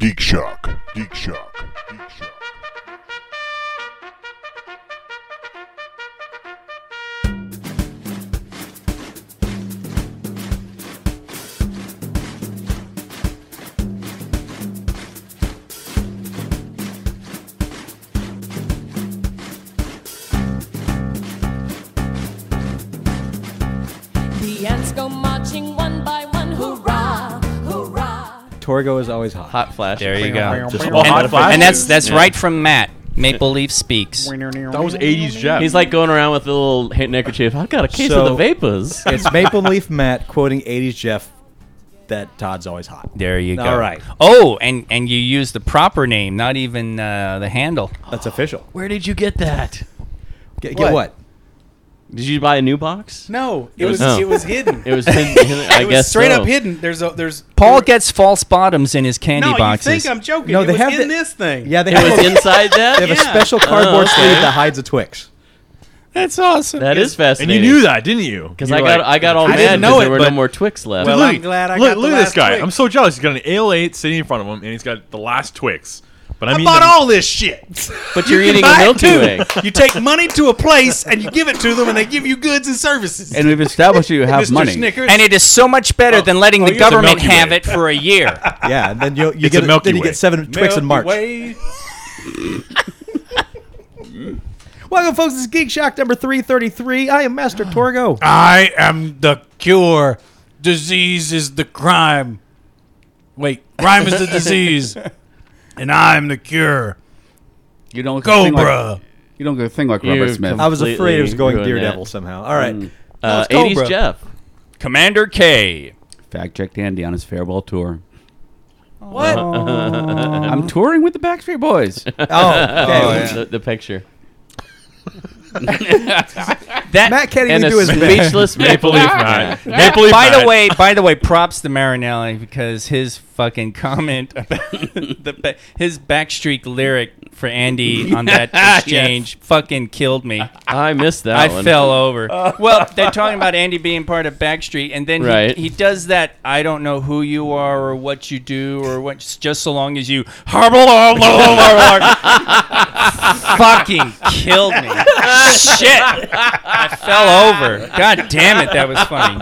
Geek Shock. Geek Shock. Geek Shock. The ants go marching one by one, hurrah, hurrah. Torgo is always hot. Hot flash. There you go. Just and, hot flash. and that's that's Yeah. right from Matt. Maple Leaf speaks. That was 80s Jeff. He's like going around with a little hand neckerchief. I got a case So- of the vapors. It's Maple Leaf Matt quoting 80s Jeff that Todd's always hot. There you go. All right. Oh, and and you use the proper name, not even uh, the handle. That's official. Where did you get that? Get get what? What? Did you buy a new box? No, it It was was- no. it was hidden. It was. hidden- hidden- I It was guess straight so. up hidden. There's a there's Paul there- gets false bottoms in his candy no. boxes. You think I'm joking? No, it they was have in the- this thing. Yeah, they It have, was inside that. they have a special cardboard okay. sleeve that hides a Twix. That's awesome. That is and fascinating. you knew that, didn't you? because I got I got all I mad didn't know because there it, were no but- more Twix left. Well, look, I'm glad I look, got look the at this last guy. Twix. I'm so jealous. He's got an Ale8 sitting in front of him, and he's got the last Twix. But I, I mean, bought the- all this shit. but you're You eating a buy it Milky too. Way. You take money to a place and you give it to them, and they give you goods and services. and we've established you have Mr. money. Snickers. And it is so much Oh. better than letting the here's Oh, a government Milky Way. have it for a year. Yeah, and then you you It's get a a- Milky then you Way. get seven Twix in Milky March. Way. Welcome, folks. This is Geek Shock number 333. I am Master Torgo. I am the cure. Disease is the crime. Wait, crime is the disease, and I'm the cure. You don't go thing like, Cobra. you don't go thing like You're Robert Smith. I was afraid it was going Completely Dear ruined that. Devil somehow. All right. Uh, it's Cobra. 80s Jeff. Commander K. Fact checked Andy on his farewell tour. What? Uh-huh. I'm touring with the Backstreet Boys. Oh, okay. The, the picture That Matt can't and even a do his best. speechless Maple maple Leaf Matt. That- Maple Leaf by Matt. the way, by the way, props to Marinelli because his fucking comment about the ba- his backstreak lyric for Andy on that exchange fucking killed me. I missed that. I one. fell over. Oh. well, they're talking about Andy being part of Backstreet, and then he- Right. he, does that. I don't know who you are or what you do or what. Just so long as you fucking killed me. Shit, I fell over. God damn it, that was funny.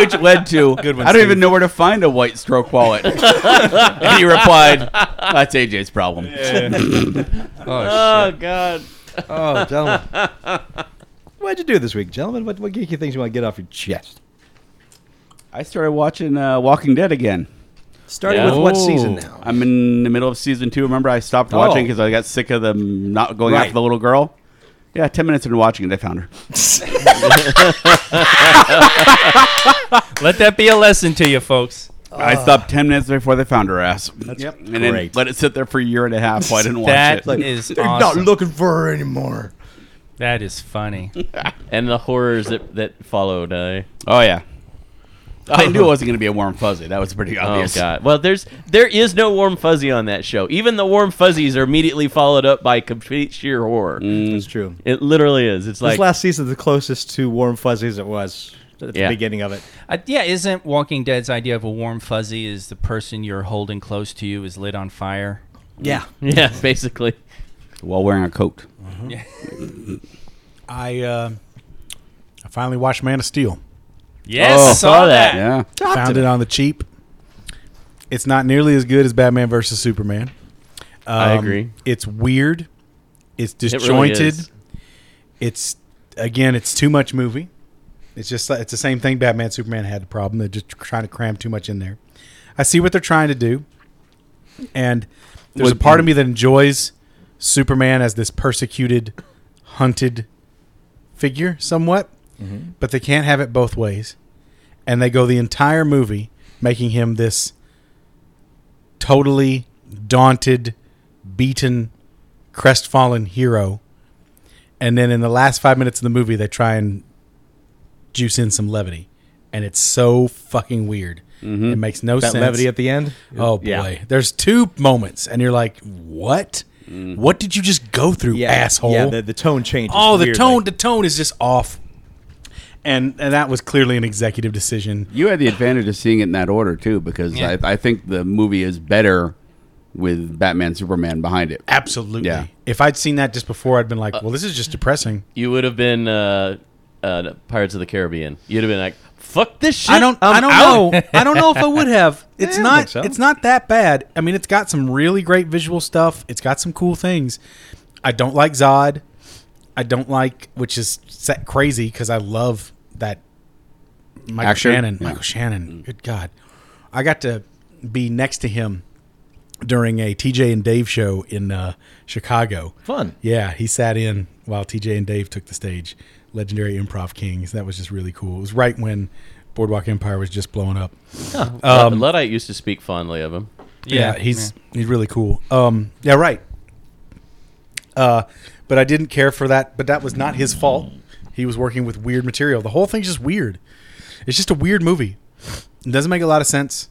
which led to Good one, I don't Steve. even know where to find a white stroke wallet. and he replied, "That's AJ's problem." Oh God. Oh, gentlemen. What'd you do this week, gentlemen? What, what geeky things you want to get off your chest? I started watching uh, Walking Dead again. Starting Yeah. with what season Oh. now? I'm in the middle of season two. Remember, I stopped Oh. watching because I got sick of them not going Right. after the little girl. Yeah, ten minutes into watching it, I found her. Let that be a lesson to you, folks. I stopped ten minutes before they found her ass. yep, and then great. let it sit there for a year and a half. While I didn't watch That it. is awesome. looking for her anymore. That is funny. And the horrors that, that followed. Uh, oh yeah, I knew it wasn't going to be a warm fuzzy. That was pretty Oh obvious. god. Well, there's there is no warm fuzzy on that show. Even the warm fuzzies are immediately followed up by complete sheer horror. It's true. It literally is. It's like this last season, the closest to Warm Fuzzies it was at the Yeah. beginning of it. Uh, yeah, isn't Walking Dead's idea of a warm fuzzy is the person you're holding close to you is lit on fire? Yeah. yeah, basically. While wearing a coat. I uh, I finally watched Man of Steel. Yes, Oh, saw saw that. that. Yeah. Found it on the cheap. It's not nearly as good as Batman versus Superman. I Um, agree. It's weird. It's really disjointed. is. It's again, it's too much movie. It's just like- it's the same thing Batman Superman had the problem. They're just trying to cram too much in there. I see what they're trying to do. And there's a part of me that enjoys Superman as this persecuted, hunted figure somewhat, Mm-hmm. but they can't have it both ways. And they go the entire movie making him this totally daunted, beaten, crestfallen hero. And then in the last five minutes of the movie, they try and juice in some levity. And it's so fucking weird. It makes no Mm-hmm. That sense. levity at the end. Oh boy, there's two moments, and you're like, "What? What did you just go through, asshole?" Yeah, the, the tone changes. oh, the weirdly. tone, the tone is just off. and and that was clearly an executive decision. You had the advantage of seeing it in that order too, because Yeah. I, I think the movie is better with Batman Superman behind it. Absolutely. Yeah. If I'd seen that just before, I'd been like, "Well, this is just depressing." You would have been uh, uh, Pirates of the Caribbean. You'd have been like, "Fuck this shit." I don't. I'm um, I don't out." know. I don't know if I would have. It's I don't not. think so. It's not that bad. I mean, it's got some really great visual stuff. It's got some cool things. I don't like Zod. I don't like, which is sa- crazy because I love that Michael Actor? Shannon. Yeah. Michael Shannon. Mm. Good God, I got to be next to him during a TJ and Dave show in uh, Chicago. Fun. Yeah, he sat in while TJ and Dave took the stage. Legendary improv kings. That was just really cool. It was right when Boardwalk Empire was just blowing up. Um, Luddite used to speak fondly of him. Yeah, he's he's really cool. Um, yeah, right. Uh, but I didn't care for that. But that was not his fault. He was working with weird material. The whole thing's just weird. It's just a weird movie. It doesn't make a lot of sense.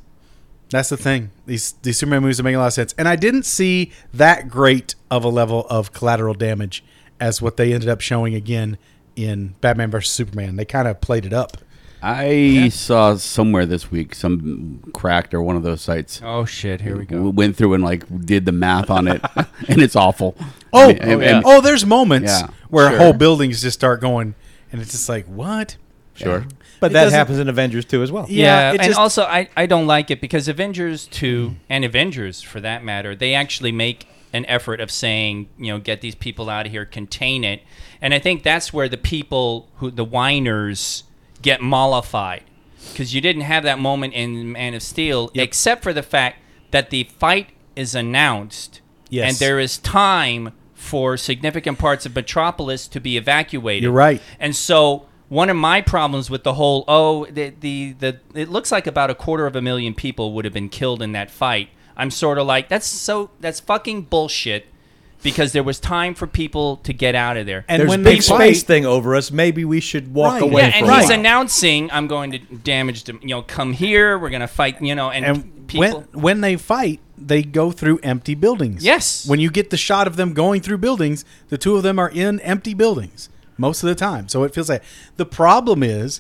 That's the thing. These these Superman movies don't make a lot of sense. And I didn't see that great of a level of collateral damage as what they ended up showing again in Batman versus Superman. They kind of played it up. I saw somewhere this week some cracked or one of those sites. Oh shit! Here we w- go. Went through and like did the math on it, and it's awful. Oh, I mean, and- and- oh, there's moments Yeah, where sure. whole buildings just start going, and it's just like, what? sure. But It that doesn't- happens in Avengers too as well. Yeah, it and just- also I, I don't like it because Avengers 2 and Avengers for that matter, they actually make an effort of saying, you know, get these people out of here, contain it. And I think that's where the people who the whiners get mollified because you didn't have that moment in Man of Steel except for the fact that the fight is announced Yes. and there is time for significant parts of Metropolis to be evacuated. You're right. And so one of my problems with the whole oh the the, the it looks like about a quarter of a million people would have been killed in that fight. I'm sort of like that's so that's fucking bullshit because there was time for people to get out of there. And There's when big big space fight. thing over us, maybe we should walk Right. away yeah, for and a he's while. announcing I'm going to damage them. You know, come here. We're gonna fight. You know, and, And people. when when they fight, they go through empty buildings. Yes. When you get the shot of them going through buildings, the two of them are in empty buildings most of the time. So it feels like the problem is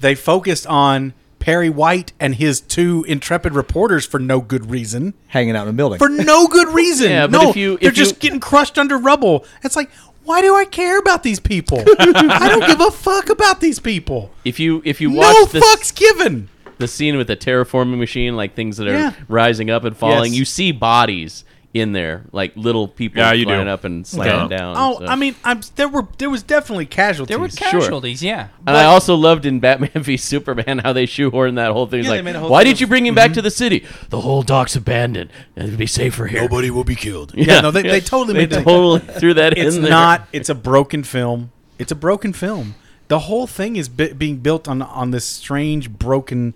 they focused on Perry White and his two intrepid reporters for no good reason. hanging out in a building. For no good reason. Yeah, but no, if you- they're if you- just getting crushed under rubble. It's like, why do I care about these people? I don't give a fuck about these people. If you if you watch No the, fucks given. the scene with the terraforming machine, like things that are Yeah. rising up and falling, Yes. you see bodies in there, like little people Yeah, you do. flying up and slamming Yeah. down. Oh, so. I mean, I'm there were there was definitely casualties. there were casualties. Yeah. Uh, And I also loved in Batman v Superman how they shoehorned that whole thing. Yeah, they like, made a whole why thing did of- you bring him back to the city? The whole dock's abandoned, and it'd be safer here. Nobody will be killed. Yeah, no, they, they totally made that. totally threw that It's in there. not. It's a broken film. It's a broken film. The whole thing is bi- being built on on this strange broken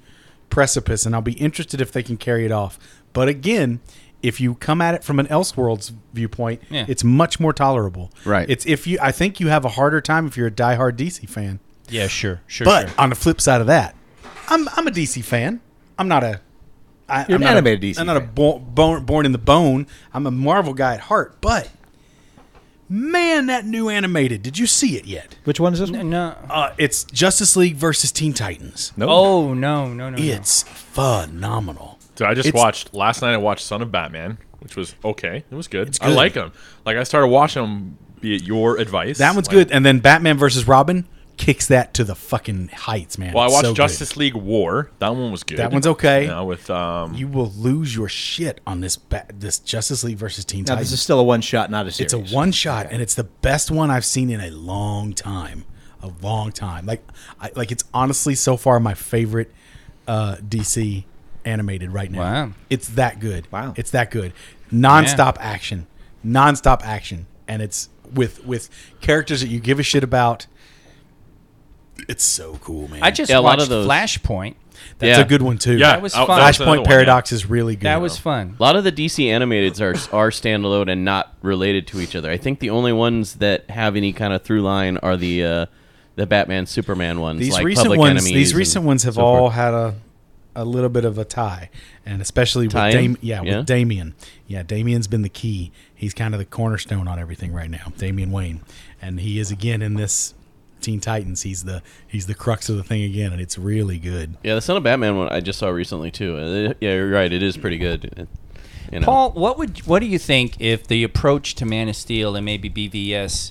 precipice, and I'll be interested if they can carry it off. But again, if you come at it from an Elseworlds viewpoint, Yeah. it's much more tolerable. Right. It's if you. I think you have a harder time if you're a diehard DC fan. Yeah. Sure. Sure. But on the flip side of that, I'm I'm a DC fan. I'm not a I, You're I'm an not a- animated DC I'm not a bo- born born in the bone. I'm a Marvel guy at heart. But man, that new animated. Did you see it yet? Which one is this? One? no. Uh, it's Justice League versus Teen Titans. No. Oh no no no. no. It's phenomenal. So I just It's- watched last night. I watched Son of Batman, which was okay. It was good. I good. like him. Like I started watching him. Be it your advice. That one's Like- good. And then Batman versus Robin kicks that to the fucking heights, man. Well, I It's watched so good. Justice League War. That one was good. That one's okay. You know, with um, You will lose your shit on this ba- this Justice League versus Teen Now Titans. this is still a one shot, not a series. It's a one shot, and it's the best one I've seen in a long time, a long time. Like, I, like it's honestly so far my favorite uh, DC animated right now. Wow. it's that good. Wow. it's that good. Nonstop action, nonstop action, and it's with with characters that you give a shit about. It's so cool, man. I just Yeah, a lot watched of those. Flashpoint. that's yeah. a good one too. yeah, That was oh, fun. that was another Flashpoint one, Paradox is really good. That was fun. A lot of the DC animateds are are standalone and not related to each other. I think the only ones that have any kind of through line are the uh, the Batman Superman ones. these like recent Public ones Enemies these and recent ones have so all forth. had a a little bit of a tie and especially with Tie-in? Dam- yeah, Yeah. with Damien yeah Damien's been the key he's kind of the cornerstone on everything right now Damien Wayne and he is again in this Teen Titans, he's the he's the crux of the thing again, and it's really good. Yeah, the Son of Batman one I just saw recently too. Uh, yeah, you're right. It is pretty good. It- you know. Paul, what would what do you think if the approach to Man of Steel and maybe BVS,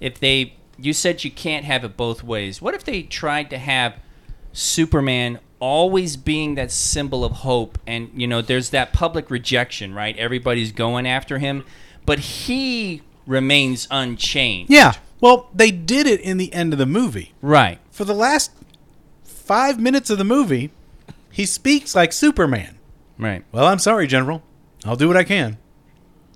if they you said you can't have it both ways. What if they tried to have Superman always being that symbol of hope and you know there's that public rejection, right? Everybody's going after him, but he remains unchanged. Yeah. Well, they did it in the end of the movie. Right. For the last five minutes of the movie, he speaks like Superman. Right. Well, I'm sorry, General. I'll do what I can.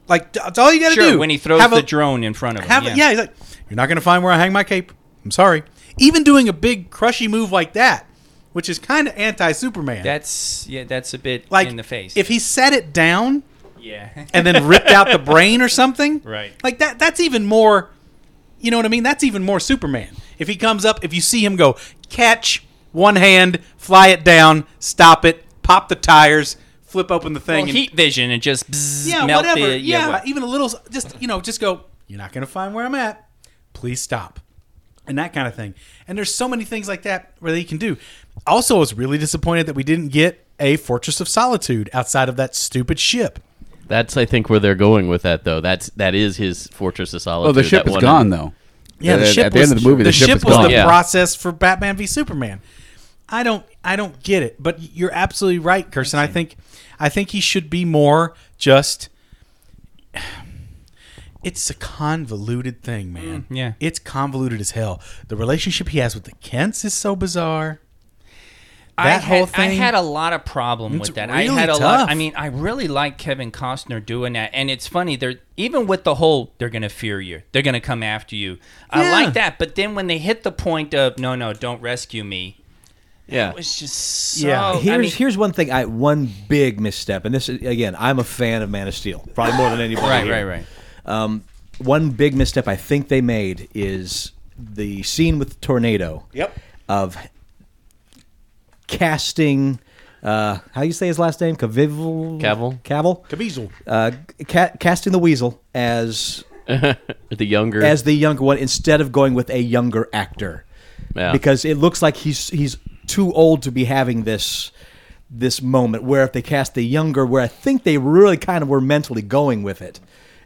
Like that's all you got to Sure, do. when he throws Have the a- drone in front of him. Have yeah. he's like, you're not going to find where I hang my cape. I'm sorry. Even doing a big crushy move like that, which is kind of anti-Superman. That's yeah, that's a bit like in the face. If he set it down yeah. and then ripped out the brain or something, Right. Like that. That's even more. You know what I mean? That's even more Superman. If he comes up, if you see him go catch one hand, fly it down, stop it, pop the tires, flip open the thing, Well, and heat vision and just bzzz, yeah, melt whatever. the yeah, what- even a little. Just you know, just go. You're not gonna find where I'm at. Please stop, and that kind of thing. And there's so many things like that where they can do. Also, I was really disappointed that we didn't get a Fortress of Solitude outside of that stupid ship. That's I think where they're going with that though. That's that is his Fortress of Solitude. Oh, the ship that is one- gone though. Yeah, the At- ship at the was, end of the movie, the ship is was gone. the Yeah. process for Batman v Superman. I don't, I don't get it. But you're absolutely right, Kirsten. I think, I think he should be more just. It's a convoluted thing, man. Mm, yeah. it's convoluted as hell. The relationship he has with the Kents is so bizarre. That I whole had, I thing- had a lot of problem It's with that. really I had a lot. tough. I mean, I really like Kevin Costner doing that, and it's funny. They're even with the whole they're gonna fear you, they're gonna come after you. I Yeah. like that, but then when they hit the point of no, no, don't rescue me, Yeah. it was just so. Yeah. Oh, I Here's mean, here's one thing I one big misstep, and this is again I'm a fan of Man of Steel, probably more than anybody. right, here. right, right. Um, one big misstep I think they made is the scene with the tornado. Yep. Of casting, uh, how do you say his last name? Cavill. Cavill. Cavill. Caviezel. Uh, ca- casting the weasel as The younger as the younger one instead of going with a younger actor Yeah. because it looks like he's he's too old to be having this this moment where if they cast the younger where i think they really kind of were mentally going with it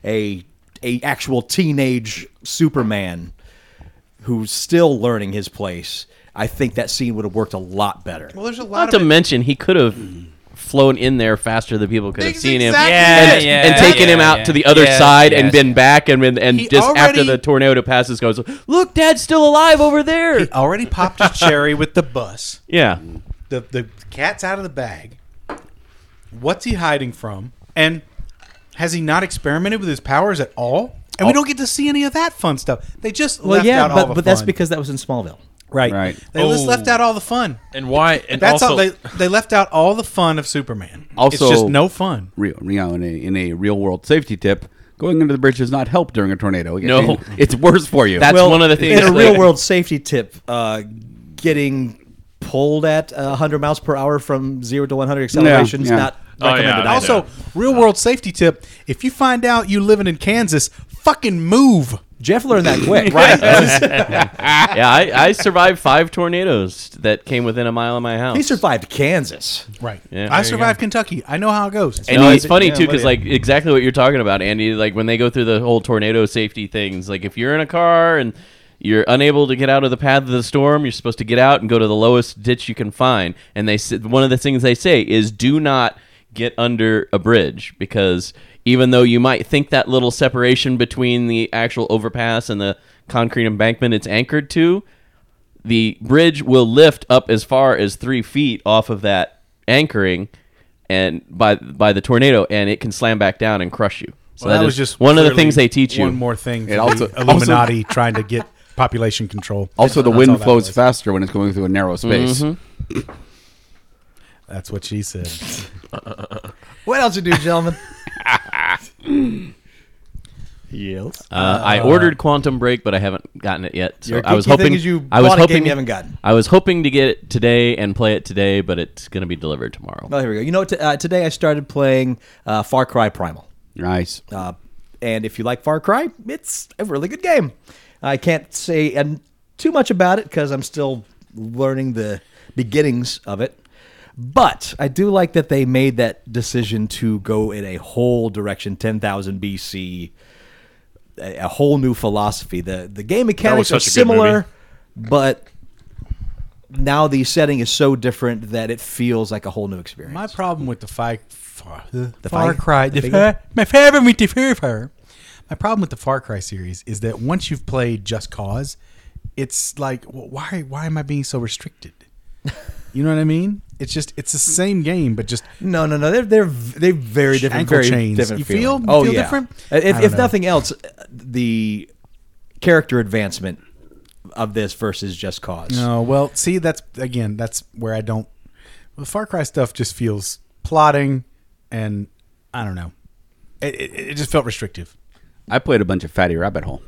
a a actual teenage superman who's still learning his place i think that scene would have worked a lot better Well, there's a lot not of to it- mention he could have flown in there faster than people could have That's seen him. exactly Yeah, and, yeah, and taking yeah, him out yeah. to the other Yes, side and yes. been back and and, and He just after already- the tornado passes goes look dad's still alive over there He already popped his cherry with the bus. yeah the the cat's out of the bag. What's he hiding from? And has he not experimented with his powers at all? And we don't get to see any of that fun stuff. They just Oh. well left yeah out but, all the but that's fun. because that was in smallville right Right. they just Oh. left out all the fun. And why? And That's also, oh, all they they left out all the fun of Superman. Also- it's just no fun. real, you know, in a, in a real world safety tip, going under the bridge does not help during a tornado. It- No. it's worse for you. That's- Well, one of the things In a that- real world safety tip, uh, getting pulled at uh, 100 miles per hour from zero to 100 accelerations yeah. not Oh, yeah, recommended. I also, Also, real world safety tip: if you find out you living in Kansas, fucking move. Jeff learned that quick, right? yeah I, I survived five tornadoes that came within a mile of my house he survived Kansas. Right. Yeah, there I you survived Kentucky. I know how it goes. And No, it's I- funny yeah, too, what do because you- like exactly what you're talking about, Andy. Like when they go through the whole tornado safety things, like if you're in a car and you're unable to get out of the path of the storm, you're supposed to get out and go to the lowest ditch you can find. And they said one of the things they say is do not get under a bridge because even though you might think that little separation between the actual overpass and the concrete embankment it's anchored to, the bridge will lift up as far as three feet off of that anchoring, and by by the tornado, and it can slam back down and crush you. So Well, that is one of the things they teach you. One more thing. It For also- the Illuminati trying to get population control. also, the That's all wind that flows was. faster when it's going through a narrow space. That's what she said. What else you do, gentlemen? yes. Uh, I ordered Quantum Break, but I haven't gotten it yet. So Your I was geeky hoping thing is you I was bought a game hoping you haven't gotten. I was hoping to get it today and play it today, but it's going to be delivered tomorrow. Well, here we go. You know, t- uh, today I started playing uh, Far Cry Primal. Nice. Uh, and if you like Far Cry, it's a really good game. I can't say an- too much about it because I'm still learning the beginnings of it. But I do like that they made that decision to go in a whole direction, 10,000 BC, a, a whole new philosophy. The the game mechanics are such a good similar, but now the setting is so different that it feels like a whole new experience. My problem with the fi- far, the Far Cry- Far Cry, the the figure? fa- my favorite with the Far Cry. My problem with the Far Cry series is that once you've played Just Cause, it's like wh- why why am I being so restricted? You know what I mean? It's just it's the same game, but just No, no, no. They're they're they very different. Ankle Very chains. different. You feeling. feel- oh feel yeah. different? I If, don't if know. nothing else, the character advancement of this versus Just Cause. no. Well, see, that's again, that's where I don't. The Far Cry stuff just feels plotting, and I don't know. It, it, it just felt restrictive. I played a bunch of Fatty Rabbit Hole.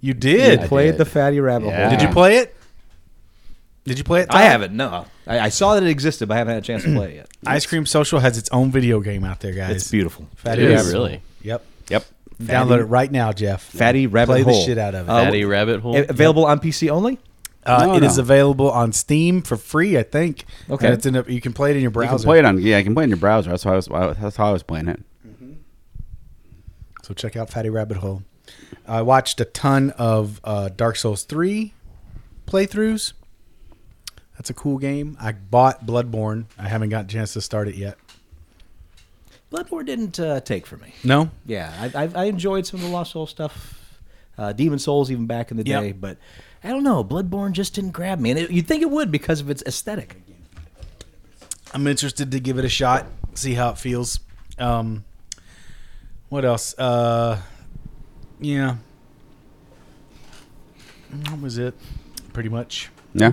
You did. I Played did. the fatty rabbit Yeah. hole. Did you play it? Did you play it? I Tyler? haven't. No, I, I saw that it existed, but I haven't had a chance to play it yet. Ice Cream Social has its own video game out there, guys. It's beautiful. Fatty It is, Rabbit really. Hole. Yep. Yep. Download it right now, Jeff. Fatty Rabbit Play Hole. the shit out of it. Uh, Daddy Rabbit Hole. A- available on PC only. Uh, No, it no. is available on Steam for free, I think. Okay. And it's in a, you can play it in your You browser. can play it on. Yeah, you can play it in your browser. That's how I was. That's how I was playing it. So check out Fatty Rabbit Hole. I watched a ton of uh, Dark Souls 3 playthroughs. That's a cool game. I bought Bloodborne. I haven't got a chance to start it yet. Bloodborne didn't uh, take for me. No? Yeah, I, I, I enjoyed some of the Lost Soul stuff, uh, Demon Souls even back in the Yep. day, but I don't know. Bloodborne just didn't grab me, and it, you'd think it would because of its aesthetic. I'm interested to give it a shot, see how it feels. Um, what else? Uh, yeah, that was it, pretty much. Yeah.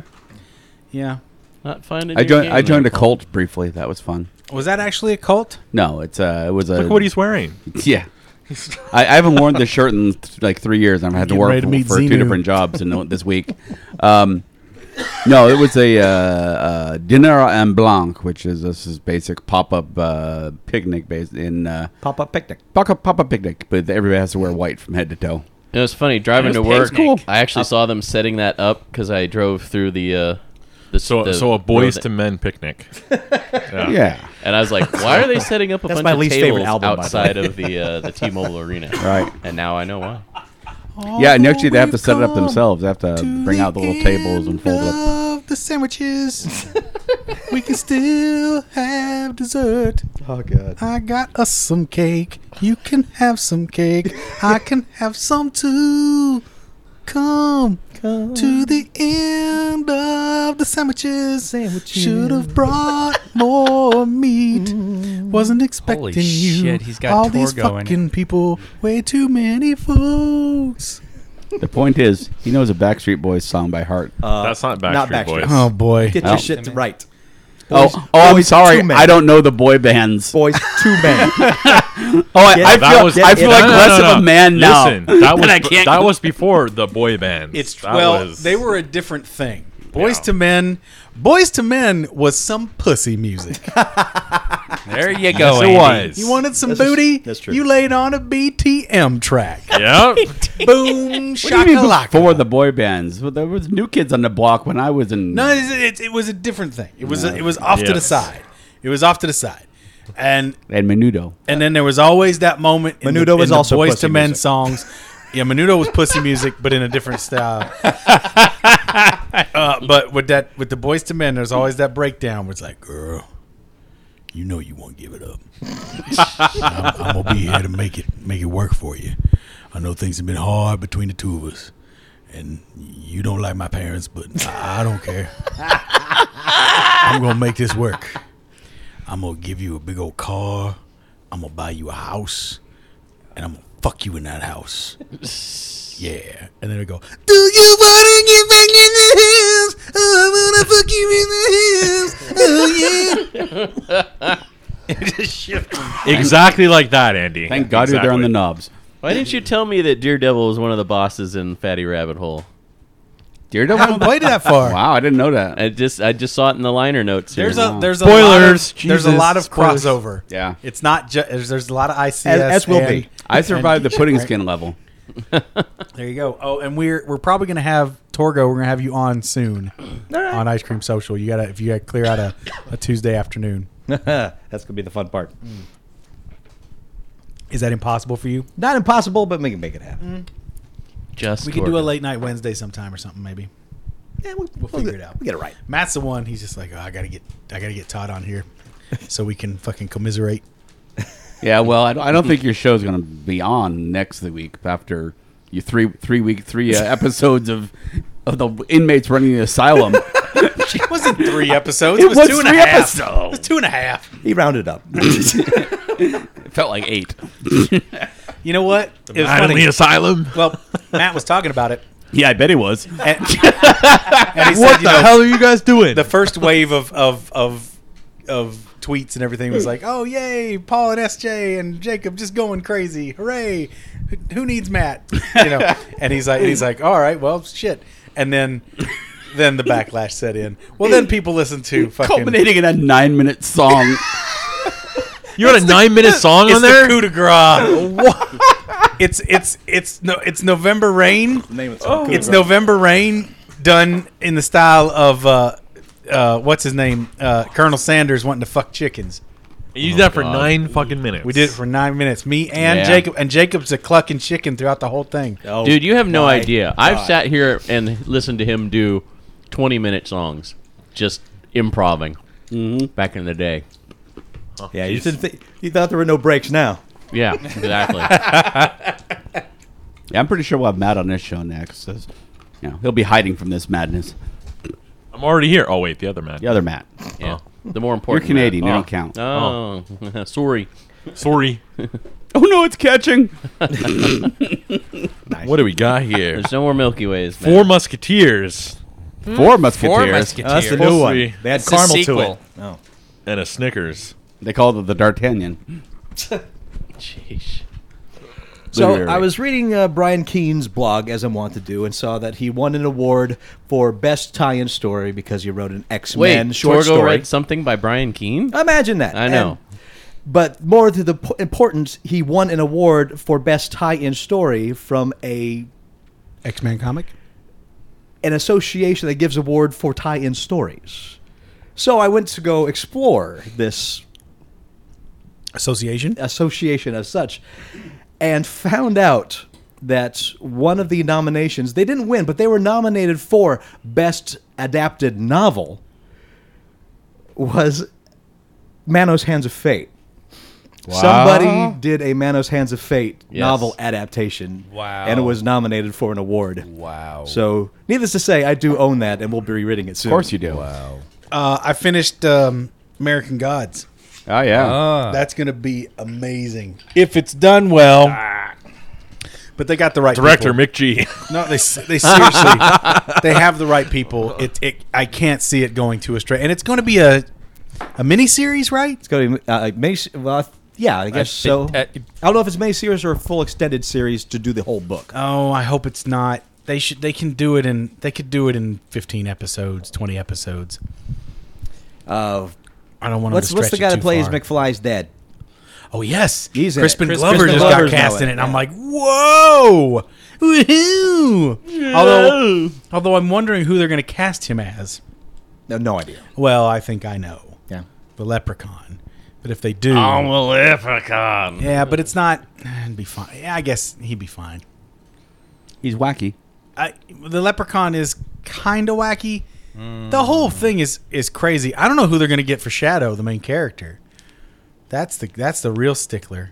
Yeah, Not finding. I your joined. game I joined a there, Paul. cult briefly. That was fun. was that actually a cult? No, it's uh, it was a. Look what he's wearing. Yeah. I, I haven't worn this shirt in th- like three years. I've had to Getting work ready to for, meet two Xenu. different jobs in the, this week. Um, no, it was a uh, uh, dinner en blanc, which is this is basic pop up uh, picnic based in uh, Pop up picnic. pop up pop up picnic, but everybody has to wear white from head to toe. It was funny driving It to was work. picnic. I actually saw them setting that up because I drove through the. Uh, the So, the so a boys road- to men picnic. Yeah, And I was like, why are they setting up a That's bunch my of least favorite tables album, by the outside of the uh, the T-Mobile Arena? Right. And now I know why. yeah. And actually, they have to set it up come themselves. They have to bring out the little tables and fold up. Love the sandwiches. we can still have dessert. Oh, good. I got us some cake. You can have some cake. I can have some too. Come, to the end of the sandwiches. Sandwiches. Should have brought more meat. Wasn't expecting Holy you. shit, he's got All Torgo these in it. fucking people. Way too many folks. The point is, he knows a Backstreet Boys song by heart. That's not Backstreet, not Backstreet. Boys. Oh boy. Get your shit right. oh, oh, I'm boys, sorry, two men. I don't know the boy bands. Boys, two men. Oh, I, I That feel, was- I feel it like out. less of a man now. Listen, that was I can't- that was before the boy band. It's that well, was- they were a different thing. Boys to Men, Boys to Men was some pussy music. There you go. It Andy. was. You wanted some That's just- booty? that's true. You laid on a BTM track. Yep. Boom, What do you mean shakalaka. before the boy bands? Well, there was new kids on the block when I was in. No, it, it, it was a different thing. It was it was off to the Yes. side. It was off to the side, and and Menudo. and then there was always that moment. In Menudo the, was in the also Boys pussy to Men music. songs. Yeah, Menudo was pussy music, but in a different style. uh, but with that, with the Boys to Men, there's always that breakdown where it's like, girl, you know you won't give it up. I'm, I'm gonna be here to make it make it work for you. I know things have been hard between the two of us, and you don't like my parents, but I, I don't care. I'm gonna make this work. I'm gonna give you a big old car. I'm gonna buy you a house, and I'm gonna fuck you in that house. Yeah, and then I go. Do you wanna get back in the house? Oh, I wanna fuck you in the house. Oh yeah. exactly like that, Andy. Thank God you're there on the Exactly. knobs. Why didn't you tell me that Daredevil was one of the bosses in Fatty Rabbit Hole? Daredevil. I haven't played it that far. Wow, I didn't know that. I just I just saw it in the liner notes. Here. There's a there's a Spoilers, Lot of, there's a lot of Jesus, spoilers. crossover. Yeah. it's not just there's, there's a lot of ICS. As- as will be. and- I survived the and- pudding right. skin level. there you go. Oh, and we're we're probably gonna have Torgo. We're gonna have you on soon on Ice Cream Social. You gotta if you gotta clear out a, a Tuesday afternoon. That's gonna be the fun part. Is that impossible for you? Not impossible, but we can make it happen. Just We could do a Torgo. late night Wednesday sometime or something maybe. Yeah, we, We'll figure it out. We get it right. Matt's the one. He's just like, oh, I gotta get I gotta get Todd on here so we can fucking commiserate. Yeah, well, I don't, I don't think your show's going to be on next week after you three three week three uh, episodes of of the inmates running the asylum. It wasn't three episodes. It It, was was two and a three half. episodes. It was two and a half. He rounded up. it felt like eight. Oh You know what? It was Island funny. Asylum. Well, Matt was talking about it. Yeah, I bet it was. And, and he said, you know, are you guys doing? the first wave of of of of tweets and everything was like, "Oh yay, Paul and SJ and Jacob just going crazy, hooray! Who- Who needs Matt?" You know, and he's like, he's like, "All right, well, shit." And then then the backlash set in. Well, then people listen to fucking Culminating in a nine minute song. You had a nine minute song it's on there. the coup de grace. it's it's it's no it's November rain. It's November Rain done in the style of uh, uh, what's his name, uh, Colonel Sanders wanting to fuck chickens. You used that for nine fucking minutes. We did it for nine minutes. Me and Yeah. Jacob, and Jacob's a clucking chicken throughout the whole thing. Oh, Dude, you have no my idea. I've God. sat here and listened to him do 20 minute songs, just improving Mm-hmm. back in the day. Yeah, you, didn't thi- you thought there were no breaks now. Yeah, exactly. yeah, I'm pretty sure we'll have Matt on this show next. So, you know, he'll be hiding from this madness. I'm already here. Oh wait, the other man. The other Matt. yeah. The more You're important. Canadian. You man. don't count. Oh, sorry. Sorry. oh no, it's catching. What do we got here? There's no more Milky Ways. Man. Four Musketeers Hmm. Four musketeers. Musketeers. Oh, that's the Supposed new to one. be. They had It's a caramel to it. sequel. Oh. and a Snickers. They called it the D'Artagnan. Jeez. So Literary. I was reading uh, Brian Keene's blog as I'm wont to do, and saw that he won an award for best tie-in story because he wrote an Wait, X-Men short Torgo story. Uh, read something by Brian Keene? Imagine that. I know. And- but more to the p- importance, he won an award for best tie-in story from a X Men comic. an association that gives award for tie-in stories. So I went to go explore this Association. association as such, and found out that one of the nominations they didn't win, but they were nominated for best adapted novel was Manos Hands of Fate. Somebody did a Manos Hands of Fate Yes. novel adaptation. Wow. And it was nominated for an award. Wow. So, needless to say, I do own that and we'll be reading it soon. Of course you do. Uh, I finished um, American Gods. Oh yeah. That's gonna be amazing if it's done well. But they got the right Director people. Mick G. No, they they seriously they have the right people. It, it I can't see it going to astray, and it's going to be a a mini series, right? It's going to be, uh, like, mini, well, I th- yeah, I guess so. uh, I don't know if it's mini series or a full extended series to do the whole book. Oh, I hope it's not. They should they can do it in they could do it in fifteen episodes, twenty episodes. Uh, I don't want what's them to what's stretch the guy it that too plays far. McFly's dad? Oh yes, He's in Crispin it. Chris- Glover Crispin just Glover's got cast in in it, it. And I'm yeah. like, whoa, woohoo! Although although I'm wondering who they're going to cast him as. No, no idea. Well, I think I know Yeah. the Leprechaun, but if they do, a leprechaun. Yeah, but it's not. It'd be fine. Yeah, I guess he'd be fine. He's wacky. I, the leprechaun is kind of wacky. The whole thing is is crazy. I don't know who they're gonna get for Shadow, the main character. That's the that's the real stickler.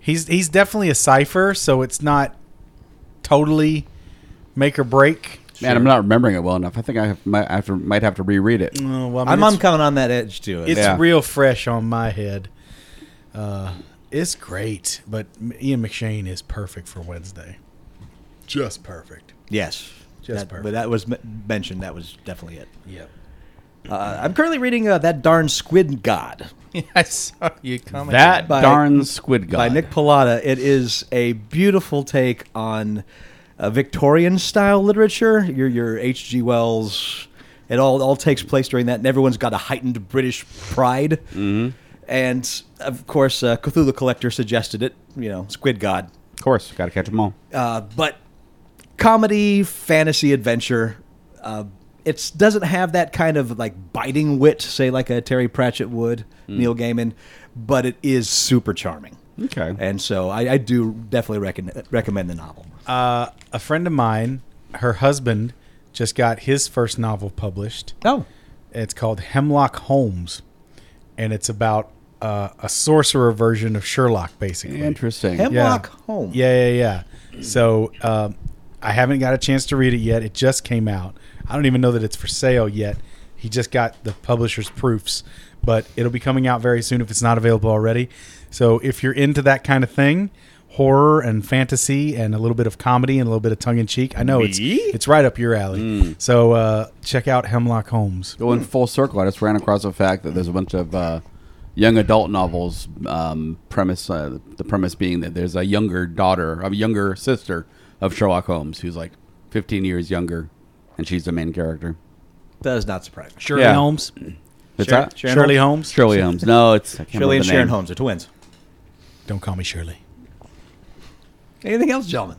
He's he's definitely a cipher, so it's not totally make or break. Man, I'm not remembering it well enough. I think I have, might, have to, might have to reread it. Oh, well, I I'm, mean, I'm it's, coming on that edge to it. it's Yeah. real fresh on my head. Uh, it's great, but Ian McShane is perfect for Wednesday. Just perfect. yes. Just That- perfect. but that was m- mentioned. That was definitely it. Yep. Uh, I'm currently reading uh, That Darn Squid God I saw you coming. That By- darn squid god. by Nick Pallotta. It is a beautiful take on uh, Victorian style literature. Your your H.G. Wells. It all all takes place during that, and everyone's got a heightened British pride. And of course, uh, Cthulhu Collector suggested it. You know, Squid God. Of course, got to catch them all. uh, but comedy, fantasy, adventure. Uh, it doesn't have that kind of like biting wit, say like a Terry Pratchett would, Hmm. Neil Gaiman, but it is super charming. Okay. And so I, I do definitely recommend recommend the novel. Uh, a friend of mine, her husband, just got his first novel published. Oh, It's called Hemlock Holmes, and it's about uh, a sorcerer version of Sherlock, basically. Interesting. Hemlock Holmes. Yeah, yeah, yeah. So um, I haven't got a chance to read it yet. It just came out. I don't even know that it's for sale yet. He just got the publisher's proofs, but it'll be coming out very soon if it's not available already. So if you're into that kind of thing, horror and fantasy and a little bit of comedy and a little bit of tongue in cheek, I know it's Me? it's right up your alley. Hmm. So uh, check out Hemlock Holmes. Going full circle, I just ran across the fact that there's a bunch of uh, young adult novels. Um, premise uh, the premise being that there's a younger daughter, a younger sister of Sherlock Holmes, who's like 15 years younger, and she's the main character. Does not surprise me. Shirley Yeah. Holmes. It's Shir- that Shirley, Holmes. Shirley Holmes. No, it's I can't Shirley and remember the Sharon name. Holmes are twins. Don't call me Shirley. Anything else, gentlemen?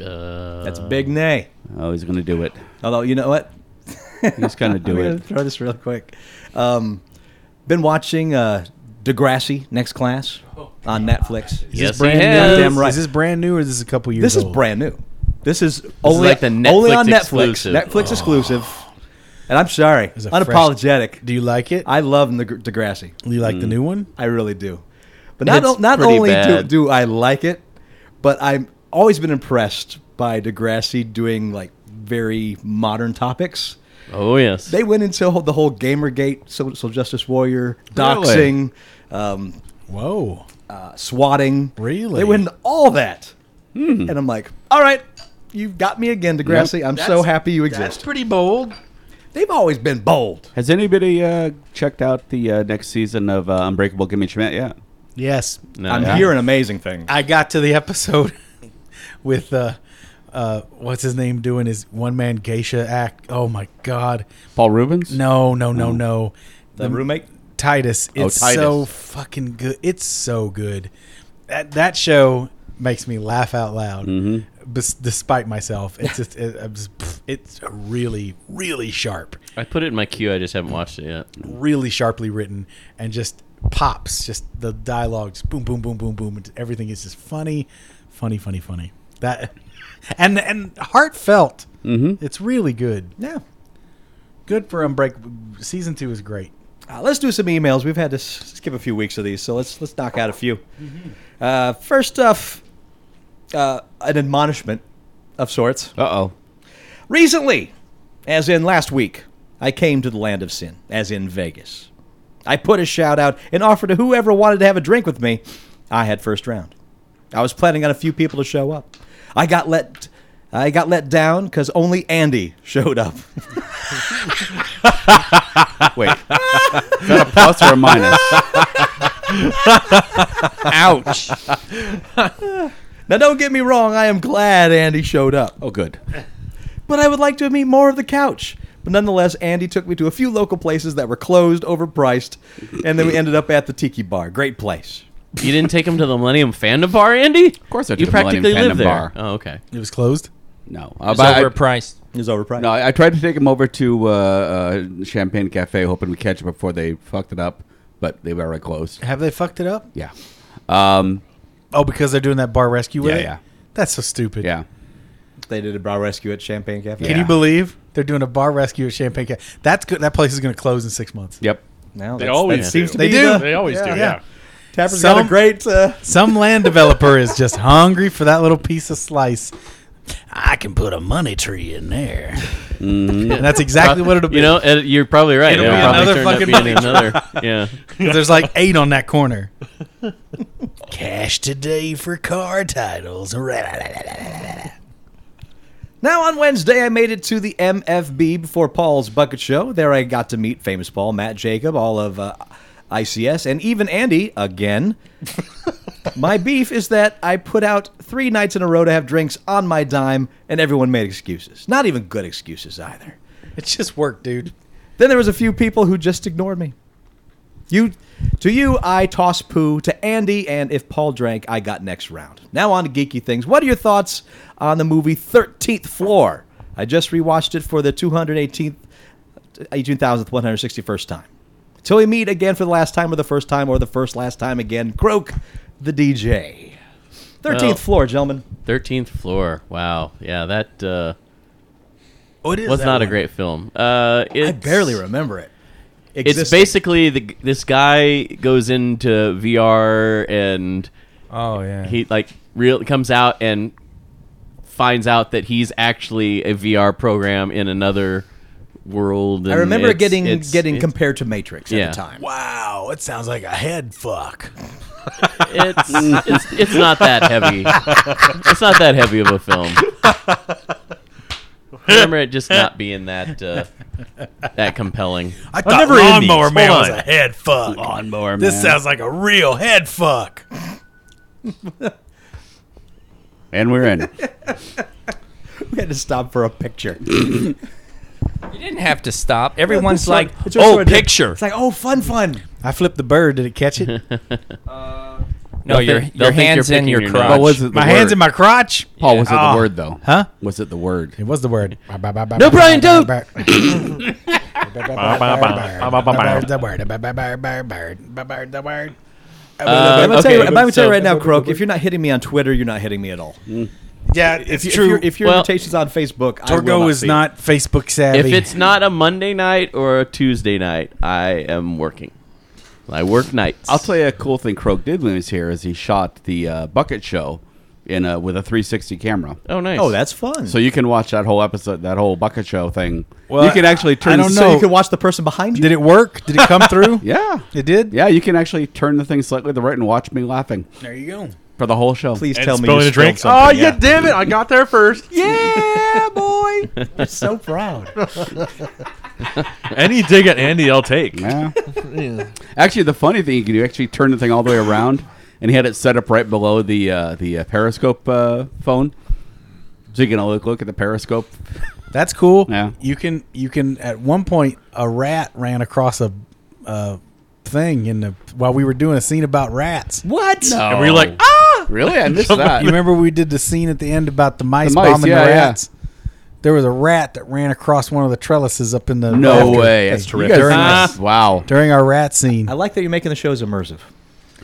Uh, That's a big nay. Oh, he's gonna do it. Although you know what, He's gonna do I'm gonna it. throw this real quick. Um, been watching uh, Degrassi Next Class on Netflix. Yes, This brand he new? has. Goddamn right. Is this brand new or is this a couple years This is old? brand new. This is only like the only Netflix on Netflix. exclusive. Netflix exclusive. And I'm sorry, It's a unapologetic. Do you like it? I Hmm. love Neg- Degrassi. You like the new one? I really do. But not It's not pretty only do, bad. do I like it, but I've always been impressed by Degrassi doing like very modern topics. Oh yes. They went into the whole Gamergate, social justice warrior, doxing, um, Whoa. uh, swatting. Really? They went into all that. Hmm. And I'm like, all right, you've got me again, Degrassi. I'm so happy you That's exist. pretty bold. They've always been bold. Has anybody uh, checked out the uh, next season of uh, Unbreakable Kimmy Schmidt yet? Yes. No, I'm yeah. hearing amazing things. I got to the episode with uh uh what's his name doing his one man geisha act. Oh my god. Paul Rubens? No, no, no, no. the roommate. Titus. Hmm. Oh, It's Titus. so fucking good. It's so good. That that show makes me laugh out loud, Mm-hmm. bes- despite myself. It's just it, I'm just- pff, it's really really sharp, I put it in my queue. I just haven't watched it yet. really sharply written, and just pops. Just the dialogue, just boom, boom, boom, boom, boom. It's- Everything is just funny, funny, funny, funny. That and and heartfelt. Mm-hmm. It's really good. Yeah. Good for Unbreakable. Season two is great. Uh, let's do some emails. We've had to s- skip a few weeks of these, so let's let's knock out a few. Mm-hmm. Uh, first off, uh, an admonishment of sorts. Uh oh. Recently, as in last week, I came to the land of sin, as in Vegas. I put a shout out and offered to whoever wanted to have a drink with me. I had first round. I was planning on a few people to show up. I got let I got let down because only Andy showed up. Wait. Is that a plus or a minus? Ouch. Now, don't get me wrong, I am glad Andy showed up. Oh, good. but I would like to meet more of the couch. But nonetheless, Andy took me to a few local places that were closed, overpriced, and then we ended up at the Tiki Bar. Great place. You didn't take him to the Millennium Fandom Bar, Andy? Of course I You took him to practically Millennium live there. Fandom Bar. Oh, okay. It was closed. No. Uh, It's but I- overpriced. It was overpriced. no, I I tried to take him over to uh, uh, Champagne Cafe, hoping we catch it before they fucked it up, but they were already closed. Have they fucked it up? Yeah. Um, Oh, because they're doing that bar rescue with Yeah, it? yeah. That's so stupid. yeah. They did a bar rescue at Champagne Cafe. Can Yeah. you believe they're doing a bar rescue at Champagne Ca- That's good. That place is going to close in six months. Yep. Now, They that's- always that do. seems to They be do. the- They always do, yeah. Tapper's got Some- a great. Uh, Some land developer is just hungry for that little piece of slice. I can put a money tree in there. And that's exactly what it'll be. You know, uh, you're probably right. It'll It'll be probably another turned up fucking being money another. Yeah. 'Cause there's like eight on that corner. Cash today for car titles. Now on Wednesday, I made it to the MFB before Paul's Bucket Show. There, I got to meet famous Paul, Matt Jacob, all of uh, ICS, and even Andy again. my beef is that I put out three nights in a row to have drinks on my dime, and everyone made excuses. Not even good excuses either. It's just work, dude. Then there was a few people who just ignored me. You, to you, I toss poo. To Andy, and if Paul drank, I got next round. Now on to geeky things. What are your thoughts on the movie Thirteenth Floor? I just rewatched it for the 218th, 18,161st time. Till we meet again for the last time, or the first time, or the first last time again. Croak, the DJ. Thirteenth Well- floor, gentlemen. Thirteenth floor. Wow. Yeah, that uh, Oh, it is was that not a one. great film. Uh, I it's- barely remember it. It's Existing. basically the, this guy goes into VR and Oh yeah. he like real comes out and finds out that he's actually a VR program in another world. I and remember it it's- getting it's- getting it's- compared to Matrix Yeah. at the time. Wow, it sounds like a head fuck. it's, it's it's not that heavy. It's not that heavy of a film. I remember it just not being that uh, that compelling. I thought never end Lawnmower these. Man Hold was on. a head fuck. Lawnmower This Man. sounds like a real head fuck. and we're in. We had to stop for a picture. You didn't have to stop. Everyone's It's like, what- it's what "Oh, sort of- picture." It's like, oh, fun, fun. I flipped the bird. Did it catch it? no, your think- they'll your think you're hands in picking your your crotch. nose. But was it the my word? hands in my crotch. Paul? Was it the Oh. word though? Huh? Was it the word? It was the word. No, No, Brian, don't. The word. The word. The word. I'm gonna tell you, okay. I'm gonna tell you So- right now, Croak. If you're not hitting me on Twitter, you're not hitting me at all. Yeah, it's If true. your- If your Well- invitation's on Facebook, I will Torgo is see it. not Facebook savvy. If it's not a Monday night or a Tuesday night, I am working. I work nights. I'll tell you a cool thing Croak did when he was here is he shot the uh, bucket show in a, with a 360 camera. Oh, nice. Oh, that's fun. So you can watch that whole episode, that whole bucket show thing. Well, you can actually turn. I don't so you know. can watch the person behind you. Did it work? Did it come through? Yeah, It did? Yeah, you can actually turn the thing slightly to the right and watch me laughing There you go. for the whole show. Please And tell me you spilling a spilled drink. something. oh, yeah. damn it! I got there first. yeah, boy. I'm so proud. Any dig at Andy, I'll take. Yeah. Actually, the funny thing you can do actually turn the thing all the way around, and he had it set up right below the uh, the uh, periscope uh, phone, so you can look look at the periscope. That's cool. Yeah. You can you can at one point a rat ran across a uh, thing in the while we were doing a scene about rats. What? And we're like, ah! Really, I missed that. You remember we did the scene at the end about the mice, mice, bombing yeah, the yeah. rats? There was a rat that ran across one of the trellises up in the No after- way. That's You terrific. During, Ah, wow. during our rat scene. I like that you're making the shows immersive.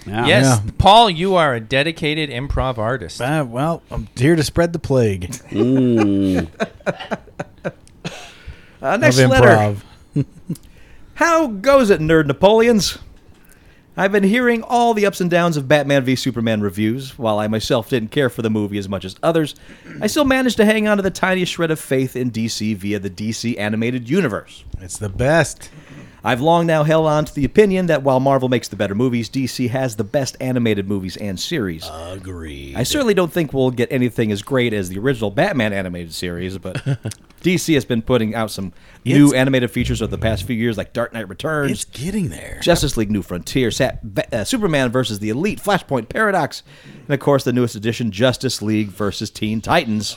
Yeah. yes, Yeah. Paul, you are a dedicated improv artist. Uh, well, I'm here to spread the plague Hmm. Uh, next of letter. improv. How goes it, Nerd Napoleons? I've been hearing all the ups and downs of Batman v Superman reviews. While I myself didn't care for the movie as much as others, I still managed to hang on to the tiniest shred of faith in DC via the DC animated universe. It's the best. I've long now held on to the opinion that while Marvel makes the better movies, DC has the best animated movies and series. Agreed. I certainly don't think we'll get anything as great as the original Batman animated series, but DC has been putting out some new It's- animated features over the past few years, like Dark Knight Returns. It's getting there. Justice League New Frontier, Sat, uh, Superman versus the Elite, Flashpoint Paradox, and of course the newest edition, Justice League versus Teen Titans,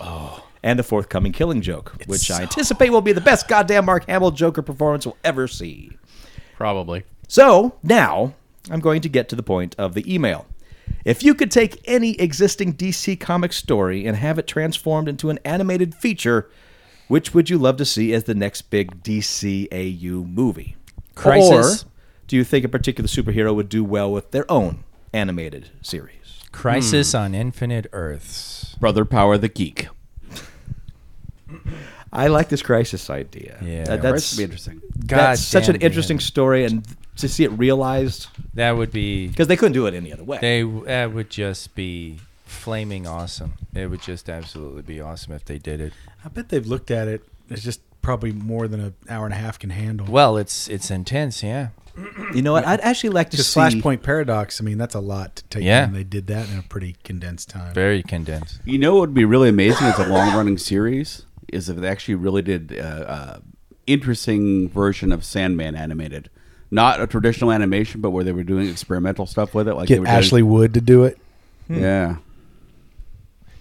and the forthcoming Killing Joke, which I anticipate will be the best goddamn Mark Hamill Joker performance we'll ever see. probably. So now I'm going to get to the point of the email. If you could take any existing DC comic story and have it transformed into an animated feature, which would you love to see as the next big DCAU movie? Crisis? Or do you think a particular superhero would do well with their own animated series? Crisis Hmm. on Infinite Earths. Brother Power the Geek. I like this crisis idea. Yeah. That- That's that's be interesting. God that's such damn, an interesting Dan. story, and to see it realized That would be. because they couldn't do it any other way. They that would just be flaming awesome. It would just absolutely be awesome if they did it. I bet they've looked at it. It's just probably more than an hour and a half can handle. Well, it's it's intense, yeah. you know what? I'd actually like to Because see Flashpoint Paradox, I mean, that's a lot to take. Yeah. in. they did that in a pretty condensed time. Very condensed. You know what would be really amazing as a long running series is if they actually really did uh, uh, interesting version of Sandman animated, not a traditional animation, but where they were doing experimental stuff with it, like they Get were Ashley Wood to do it. Doing, yeah.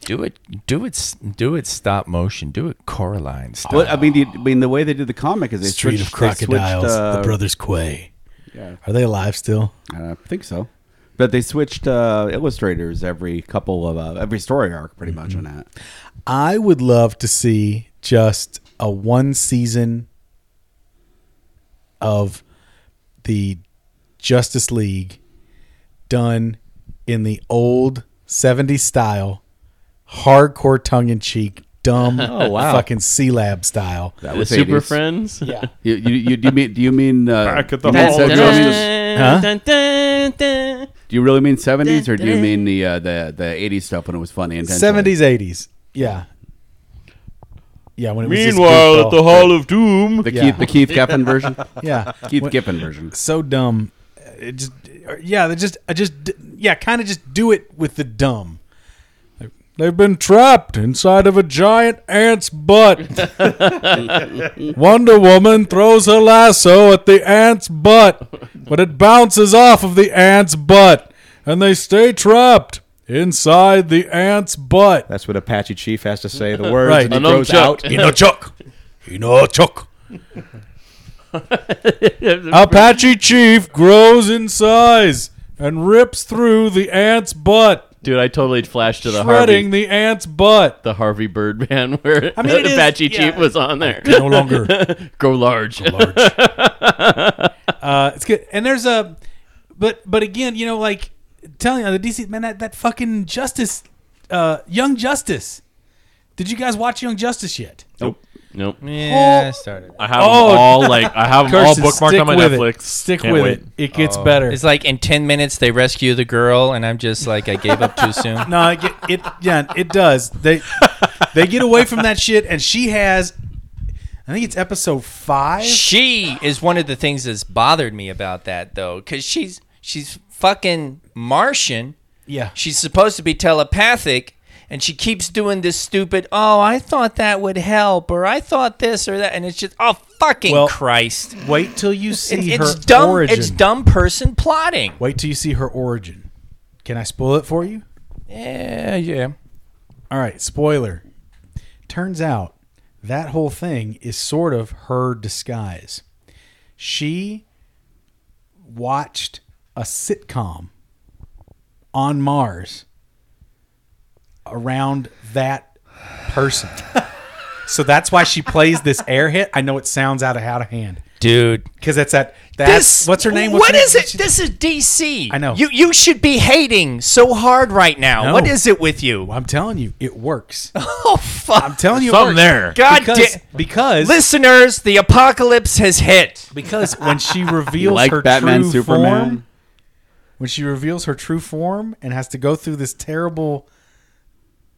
Do it do it s- do it stop motion. Do it Coraline style. Well, I mean, the, I mean, the way they did the comic is they switched, they switched, uh, Brothers Quay. Yeah. Are they alive still? I think so. But they switched uh, illustrators every couple of uh, every story arc, pretty much on that. I would love to see just a one season of the Justice League done in the old 70s style, hardcore tongue in cheek, dumb Oh, wow. fucking C Lab style. That The was Super 80s. Friends. Oh, Yeah. You, you, you, do you mean do you mean uh, Back at the you mean hall. seventies? Huh? Do you really mean seventies or do you mean the uh, the the eighties stuff when it was funny? intentionally? 70s, 80s. Yeah. Yeah. When it was just Meanwhile, at the goofball. Hall of Doom. the Yeah. Keith the Keith Giffen version, Yeah. Keith When- Giffen version. so dumb. It just, yeah, they just, I just, yeah, kind of just do it with the dumb. They've been trapped inside of a giant ant's butt. Wonder Woman throws her lasso at the ant's butt, but it bounces off of the ant's butt, and they stay trapped inside the ant's butt. That's what Apache Chief has to say. The words Right. and he Anum grows out. Inochuk. Inochuk. Apache Chief grows in size and rips through the ant's butt, Dude, I totally flashed to the shredding Harvey, the ant's butt. the Harvey Birdman where I mean, it is- Apache yeah. Chief was on there. No longer Grow large. large. uh, it's good. And there's a, but but again, you know, like telling you the DC man that that fucking Justice, uh, Young Justice. Did you guys watch Young Justice yet? Nope. Yeah, I started. I have Oh. them all like I have them all Kirsten, bookmarked stick on my with Netflix. It. Stick Can't with wait. it. It gets better. It's like in 10 minutes they rescue the girl, and I'm just like, I gave up too soon. No, it, get- it yeah, it does. They they get away from that shit, and she has. I think it's episode five. She is one of the things that's bothered me about that, though, because she's she's fucking Martian. Yeah, She's supposed to be telepathic, and she keeps doing this stupid. Oh, I thought that would help, or I thought this or that, and it's just oh fucking Well, Christ! wait till you see It's, her it's dumb. origin. It's dumb person plotting. Wait till you see her origin. Can I spoil it for you? Yeah, yeah. All right, spoiler. Turns out that whole thing is sort of her disguise. She watched a sitcom on Mars around that person. so that's why she plays this airhead. I know it sounds out of out of hand Dude, because that's that. That's what's her name. What's What her is name? it? She- This is DC. I know. You you should be hating so hard right now. No. What is it with you? I'm telling you, it works. Oh fuck! I'm telling you, it works. Something there. God Because, damn. because Listeners, the apocalypse has hit. Because when she You reveals like her Batman, true Superman? form, when she reveals her true form and has to go through this terrible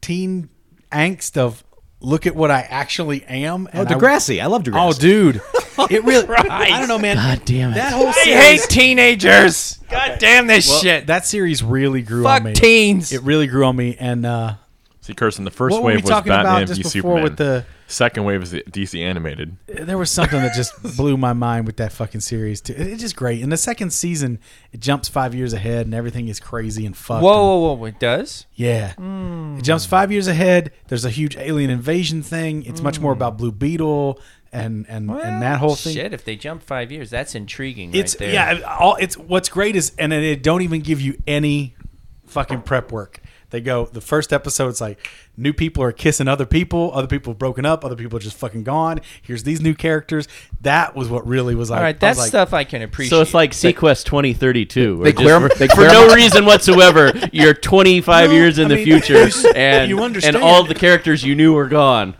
teen angst of look at what I actually am. Oh, And Degrassi. I love I, oh Degrassi. dude, it really. I don't know, man. God damn it. That whole I series, hate teenagers. God damn this shit. that series really grew Fuck on me. teens. It really grew on me, and uh, See, Kirsten, the first What were we wave was talking about Batman just v before Superman. with the- second wave is the DC animated. there was something that just blew my mind with that fucking series too. It- It's just great. And the second season, it jumps five years ahead, and everything is crazy and fucked. whoa, whoa, whoa! It does. Yeah. Hmm. It jumps five years ahead. There's a huge alien invasion thing. It's much more about Blue Beetle and and, and that whole thing. Hmm. Shit! If they jump five years, that's intriguing. It's right there. yeah, all it's what's great is and they don't even give you any fucking prep work. They go the first episode's like new people are kissing other people, other people have broken up, other people are just fucking gone. Here's these new characters. That was what really was like. All right, I was that like, stuff I can appreciate. So it's like Sequest 2032. They where just clear- for, they for clear- no reason whatsoever. You're 25 No, years in I the mean, future, you- and you and understand. all the characters you knew are gone.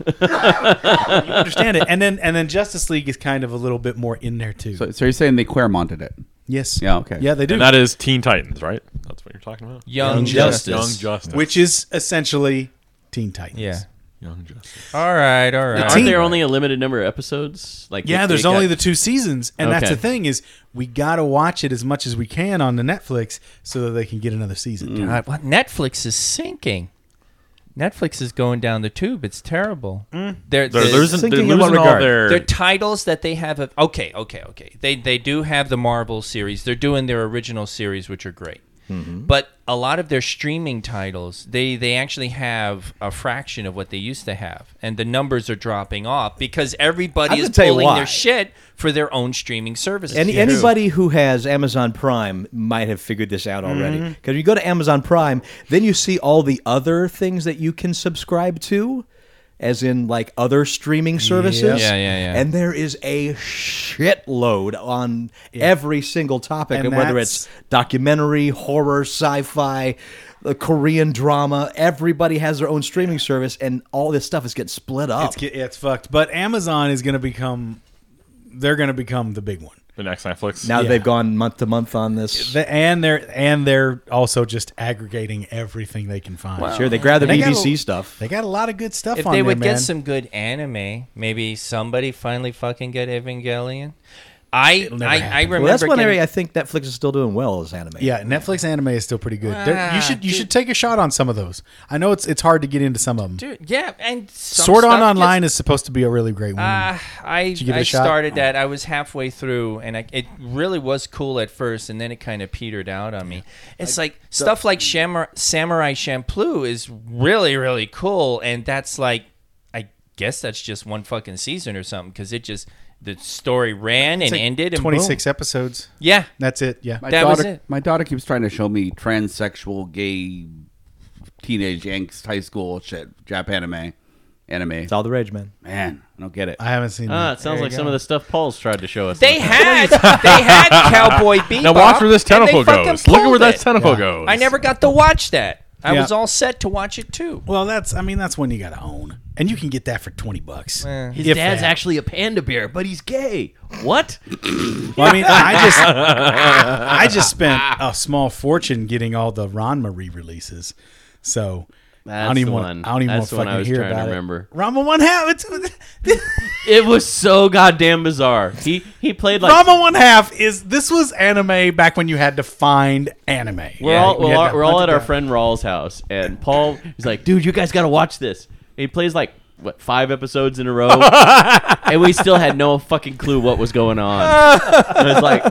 understand it. And then and then Justice League is kind of a little bit more in there too. So, so you're saying they Quermonted it? yes. Yeah, okay. Yeah, they do. And that is Teen Titans, right? That's what you're talking about. Young, Young Justice. Young Justice. which is essentially Teen Titans. Yeah. Young Justice. All right. All right. Aren't there only a limited number of episodes? Like Yeah, they- there's they only the got- two seasons, and that's Okay. the thing is we gotta watch it as much as we can on the Netflix so that they can get another season. Mm. All right, well, Netflix is sinking. Netflix is going down the tube. It's terrible. They're, They're they're- losing, they're Thinking in what losing all regard? their. their titles that they have. Of, okay, okay, okay. They they do have the Marvel series. They're doing their original series, which are great. Mm-hmm. But a lot of their streaming titles, they they actually have a fraction of what they used to have, and the numbers are dropping off because I'm everybody is gonna tell you pulling why. their shit for their own streaming services. Any, anybody who has Amazon Prime might have figured this out Mm-hmm. already. Because you go to Amazon Prime, then you see all the other things that you can subscribe to, as in like other streaming services. Yeah, yeah, yeah. And there is a shitload on every single topic, And and whether that's- it's documentary, horror, sci-fi, the Korean drama. Everybody has their own streaming service, and all this stuff is getting split up. It's get- it's fucked. But Amazon is going to become. They're going to become the big one. The next Netflix. now yeah. they've gone month to month on this. The, and they're and they're also just aggregating everything they can find. sure, they grab the They got BBC a- stuff. They got a lot of good stuff if on they there, would man. get some good anime, maybe somebody finally fucking get Evangelion. I never I, I happen. remember Well, that's one getting- area I think Netflix is still doing well is anime. yeah, Netflix anime is still pretty good. They're- you Ah, should you dude. should take a shot on some of those. I know it's it's hard to get into some of them. Dude, yeah, and some Sword Art stuff gets- Online is supposed to be a really great one. Ah, Uh, I you give it I a shot? Oh. started that. I was halfway through, and I, it really was cool at first, and then it kind of petered out on me. It's like stuff like Shamar- Samurai Champloo is really really cool, and that's like I guess that's just one fucking season or something because it just the story ran and ended and boom. Twenty six episodes. Yeah, That's it. Yeah. My That was daughter, it. My daughter keeps trying to show me transsexual, gay, teenage angst, high school shit, Jap anime, anime. It's all the rage, man. Man, I don't get it. I haven't seen Ah, that. it sounds like some of the stuff Paul's tried to show us. they had they had Cowboy Bebop. Now watch where this and they tentacle fucking goes. Look at where pulled that it. tentacle goes. I never got to watch that. I Yeah. was all set to watch it too. Well, that's I mean that's one you got to own, and you can get that for twenty bucks. His If dad's that. actually a panda bear, but he's gay. What? Well, I mean, I just I just spent a small fortune getting all the Ranma re-releases, so. I That's don't even the want. one. I don't even want That's to the one I fucking was hear trying to about remember. it. Ranma one half. It's, It was so goddamn bizarre. He he played like Ranma one half is this was anime back when you had to find anime. We're Yeah, all we we're had all, to we're all hunt at it our down. friend Rawl's house, and Paul is like, "Dude, you guys got to watch this." And he plays like what five episodes in a row, and we still had no fucking clue what was going on. And it's like,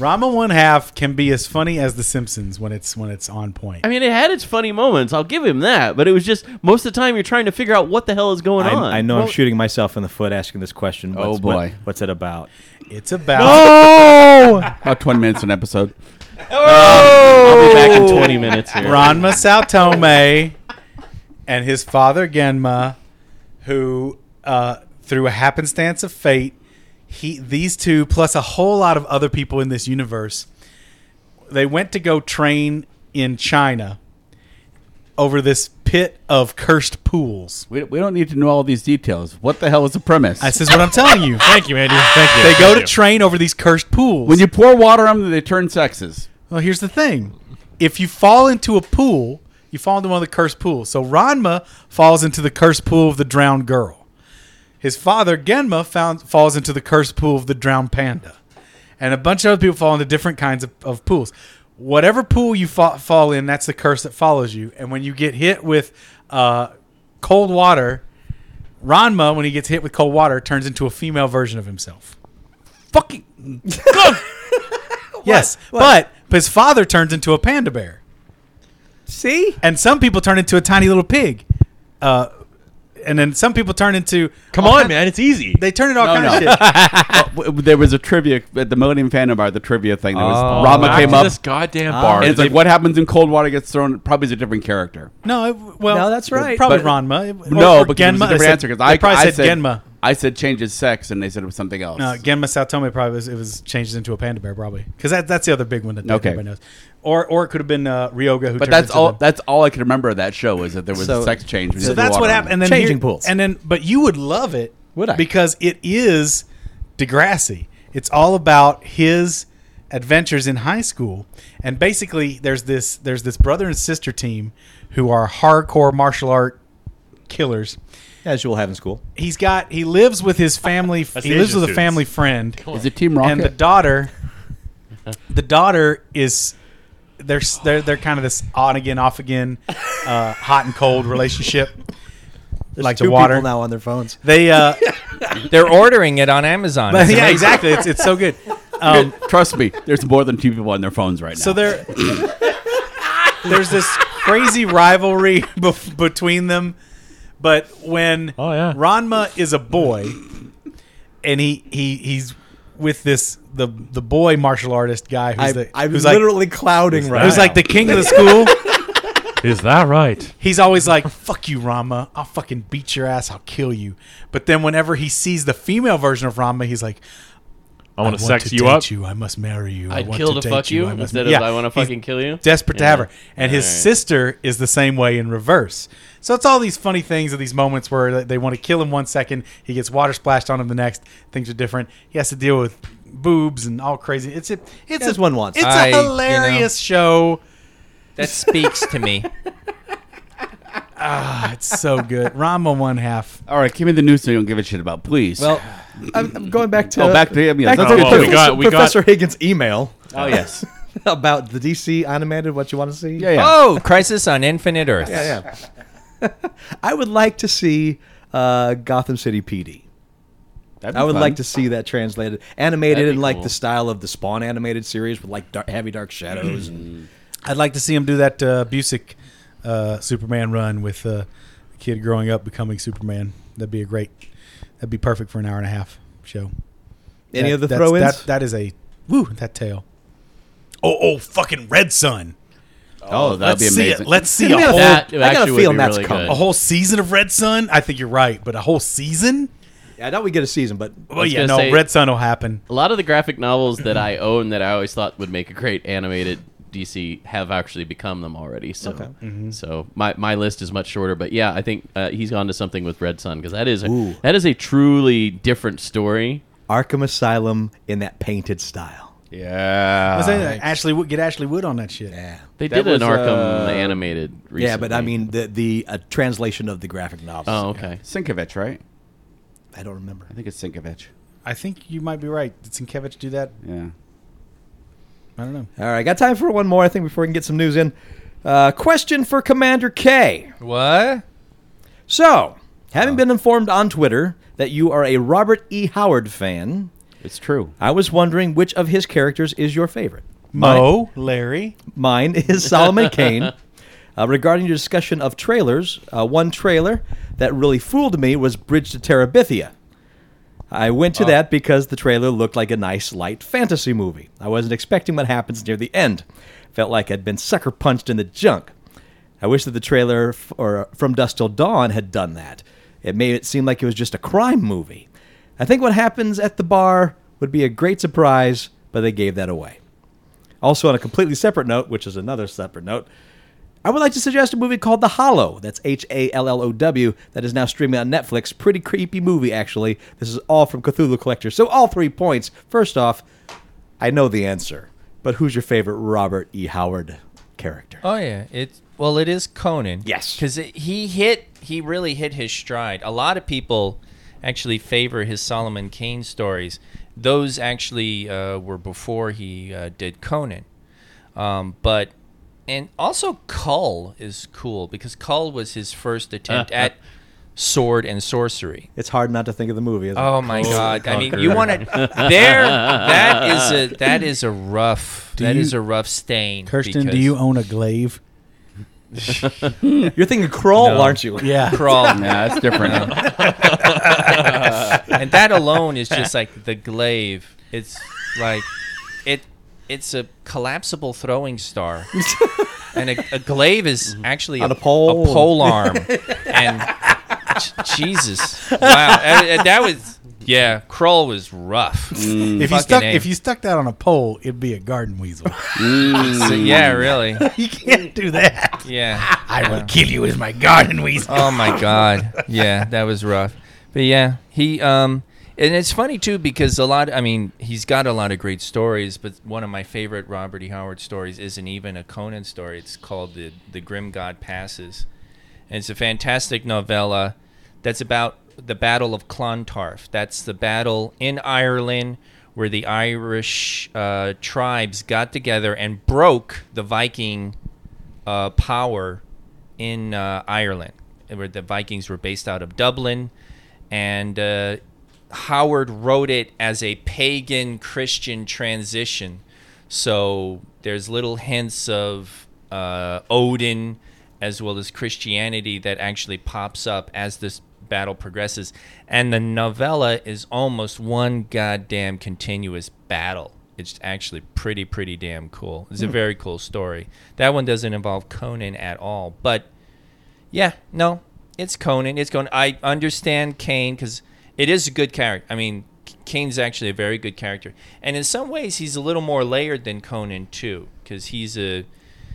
Ranma one half can be as funny as The Simpsons when it's when it's on point. I mean, it had its funny moments. I'll give him that, but it was just most of the time you're trying to figure out what the hell is going I, on. I know I'm shooting myself in the foot asking this question. What's, Oh, boy. what- what's it about? It's about About 20 minutes an episode. I'll be back in 20 minutes here. Ranma Saltome and his father Genma, who uh, through a happenstance of fate, he these two plus a whole lot of other people in this universe, they went to go train in China over this pit of cursed pools. We, we don't need to know all these details. What the hell is the premise? This is what I'm telling you. Thank you, Andy. Thank you. They go to Thank you. train over these cursed pools. when you pour water on them, they turn sexes. Well, here's the thing. If you fall into a pool, you fall into one of the cursed pools. So Ranma falls into the cursed pool of the drowned girl. His father, Genma, found, falls into the cursed pool of the drowned panda. And a bunch of other people fall into different kinds of, of pools. Whatever pool you fa- fall in, that's the curse that follows you. And when you get hit with uh, cold water, Ranma, when he gets hit with cold water, turns into a female version of himself. Fucking. Yes, but but his father turns into a panda bear. See? and some people turn into a tiny little pig, uh, and then some people turn into Come on, man. It's easy. they turn it all No, kind no. of shit. Uh, w- there was a trivia at the Millennium Phantom Bar, the trivia thing. There was Oh. Rama Back came to up. this goddamn bar. and it's like, what happens in cold water gets thrown? Probably is a different character. No, it, well, No, that's right. Probably But- Ranma. It- no, or but Genma. It was a They different said- answer because they I, probably I said, said Genma. I said changes sex, and they said it was something else. No, Genma Saltome probably was, it was changed into a panda bear probably because that, that's the other big one that Okay. everybody knows. Or or it could have been uh, Ryoga who. But turns that's into all. the- That's all I could remember of that show is that there was So- a sex change. when so you threw that's water what on happened. it. And then Changing here- pools. And then, but you would love it. Would I? Because it is Degrassi. It's all about his adventures in high school, and basically, there's this there's this brother and sister team who are hardcore martial art killers. As you will have in school. He's got he lives with his family. he lives the Asian with a students. family friend Is it Team Rocket? and the daughter the daughter is they're they're, they're kind of this on again off again uh, hot and cold relationship like Two the water people now on their phones. they uh They're ordering it on Amazon. but It's yeah amazing. exactly it's, it's so good Um, Trust me, there's more than two people on their phones right now. So there, there's this crazy rivalry bef- between them. But when Oh, yeah. Ranma is a boy, and he, he he's with this the the boy martial artist guy who's I, the I'm who's like literally clouding right who's now. like the king of the school. Is that right? He's always like, "Fuck you, Rama! I'll fucking beat your ass. I'll kill you." But then whenever he sees the female version of Rama, he's like, I want to sex to you date up. You, I must marry you. I I'd want kill to date fuck you I must- instead of I wanna he's fucking kill you? Desperate to Yeah. have her, and his Alright. sister is the same way in reverse. So it's all these funny things of these moments where they- they want to kill him one second, he gets water splashed on him the next. Things are different. He has to deal with boobs and all crazy. It's a, it's As a, one wants. It's a I, you know. hilarious show. That speaks to me. It's so good. Rama one half. All right, give me the news so you don't give a shit about, please. Well, I'm, I'm going back to Oh, back to him, yes, that's good. Professor, We got- we got- Professor Higgins' email uh, oh yes, about the DC animated. What you want to see? yeah, yeah. Oh, Crisis on Infinite Earth. yeah, yeah. I would like to see uh, Gotham City PD. That'd be I would fun. like to see that translated, animated That'd be in like cool. the style of the Spawn animated series with like dark, heavy dark shadows. Mm. and I'd like to see him do that uh, Busick uh, Superman run with uh, a kid growing up becoming Superman. That'd be a great. That'd be perfect for an hour and a half show. Any That- other that's- throw-ins? That, that is a woo. That tail. Oh, oh, fucking Red Sun. Oh, that'd Let's be see amazing. it. Let's see Give a me a whole, That I got a actually would feeling be that's really coming. good. a whole season of Red Sun. I think you're right, but a whole season. Yeah, I thought we get a season, but Well, yeah, gonna no, say- Red Sun will happen. A lot of the graphic novels that I own that I always thought would make a great animated DC have actually become them already. So, so my, my list is much shorter, but yeah, I think uh, he's on to something with Red Sun because that is a, Ooh. that is a truly different story. Arkham Asylum in that painted style. yeah. I say, Ashley, Wood- get Ashley Wood on that shit. Yeah, They That did an was, Arkham uh, animated. Recently. yeah, but I mean the the uh, translation of the graphic novel. oh okay. Sinkovich, right? Oh. I don't remember. I think it's Sinkovich. I think you might be right. Did Sienkiewicz do that? Yeah. I don't know. All right, got time for one more. I think before we can get some news in. Uh, question for Commander K. What? So, having been informed on Twitter that you are a Robert E. Howard fan, It's true. I was wondering which of his characters is your favorite. Mo, Larry. Mine is Solomon Kane. Uh, regarding your discussion of trailers, uh, one trailer that really fooled me was Bridge to Terabithia. I went to that because the trailer looked like a nice, light fantasy movie. I wasn't expecting what happens near the end. Felt like I'd been sucker punched in the junk. I wish that the trailer f- or uh, From Dusk Till Dawn had done that. It made it seem like it was just a crime movie. I think what happens at the bar would be a great surprise, but they gave that away. Also, on a completely separate note, which is another separate note, I would like to suggest a movie called The Hollow. That's H A L L O W. That is now streaming on Netflix. Pretty creepy movie, actually. This is all from Cthulhu Collector. So, all three points. First off, I know the answer, but who's your favorite Robert E. Howard character? Oh yeah, it's well, it is Conan. Yes. because he hit, he really hit his stride. A lot of people actually favor his Solomon Kane stories. Those actually uh, were before he uh, did Conan, um, but and also Cull is cool because Cull was his first Uh, attempt at sword and sorcery. It's hard not to think of the movie, isn't Oh it? my god! I mean, you want to there? That is a that is a rough that is you- a rough stain. Kirsten, do because- you own a glaive? You're thinking Crawl, aren't you? Yeah. crawl? Yeah, that's different. and that alone is just like the glaive. It's like it it's a collapsible throwing star. and a, a glaive is Mm-hmm. actually On a pole. pole arm. and j- Jesus. Wow. And- and that was yeah, Kroll was rough. Mm. If you Mm. Fucking stuck A. if you stuck that on a pole, it'd be a garden weasel. So, yeah, really. you can't do that. Yeah. I will kill you with my garden weasel. Oh my god. Yeah, that was rough. But yeah, he um and it's funny too because a lot I mean, he's got a lot of great stories, but one of my favorite Robert E. Howard stories isn't even a Conan story. It's called The The Grim God Passes. And it's a fantastic novella that's about the Battle of Clontarf. That's the battle in Ireland where the Irish uh, tribes got together and broke the Viking uh, power in uh, Ireland, where the Vikings were based out of Dublin, and uh, Howard wrote it as a pagan Christian transition. So there's little hints of uh, Odin as well as Christianity that actually pops up as this battle progresses. And the novella is almost one goddamn continuous battle. It's actually pretty, pretty damn cool. It's a very cool story. That one doesn't involve Conan at all, but yeah, no, it's Conan. It's Conan. I understand Kane because it is a good character. I mean, K- Kane's actually a very good character, and in some ways, he's a little more layered than Conan too, because he's a,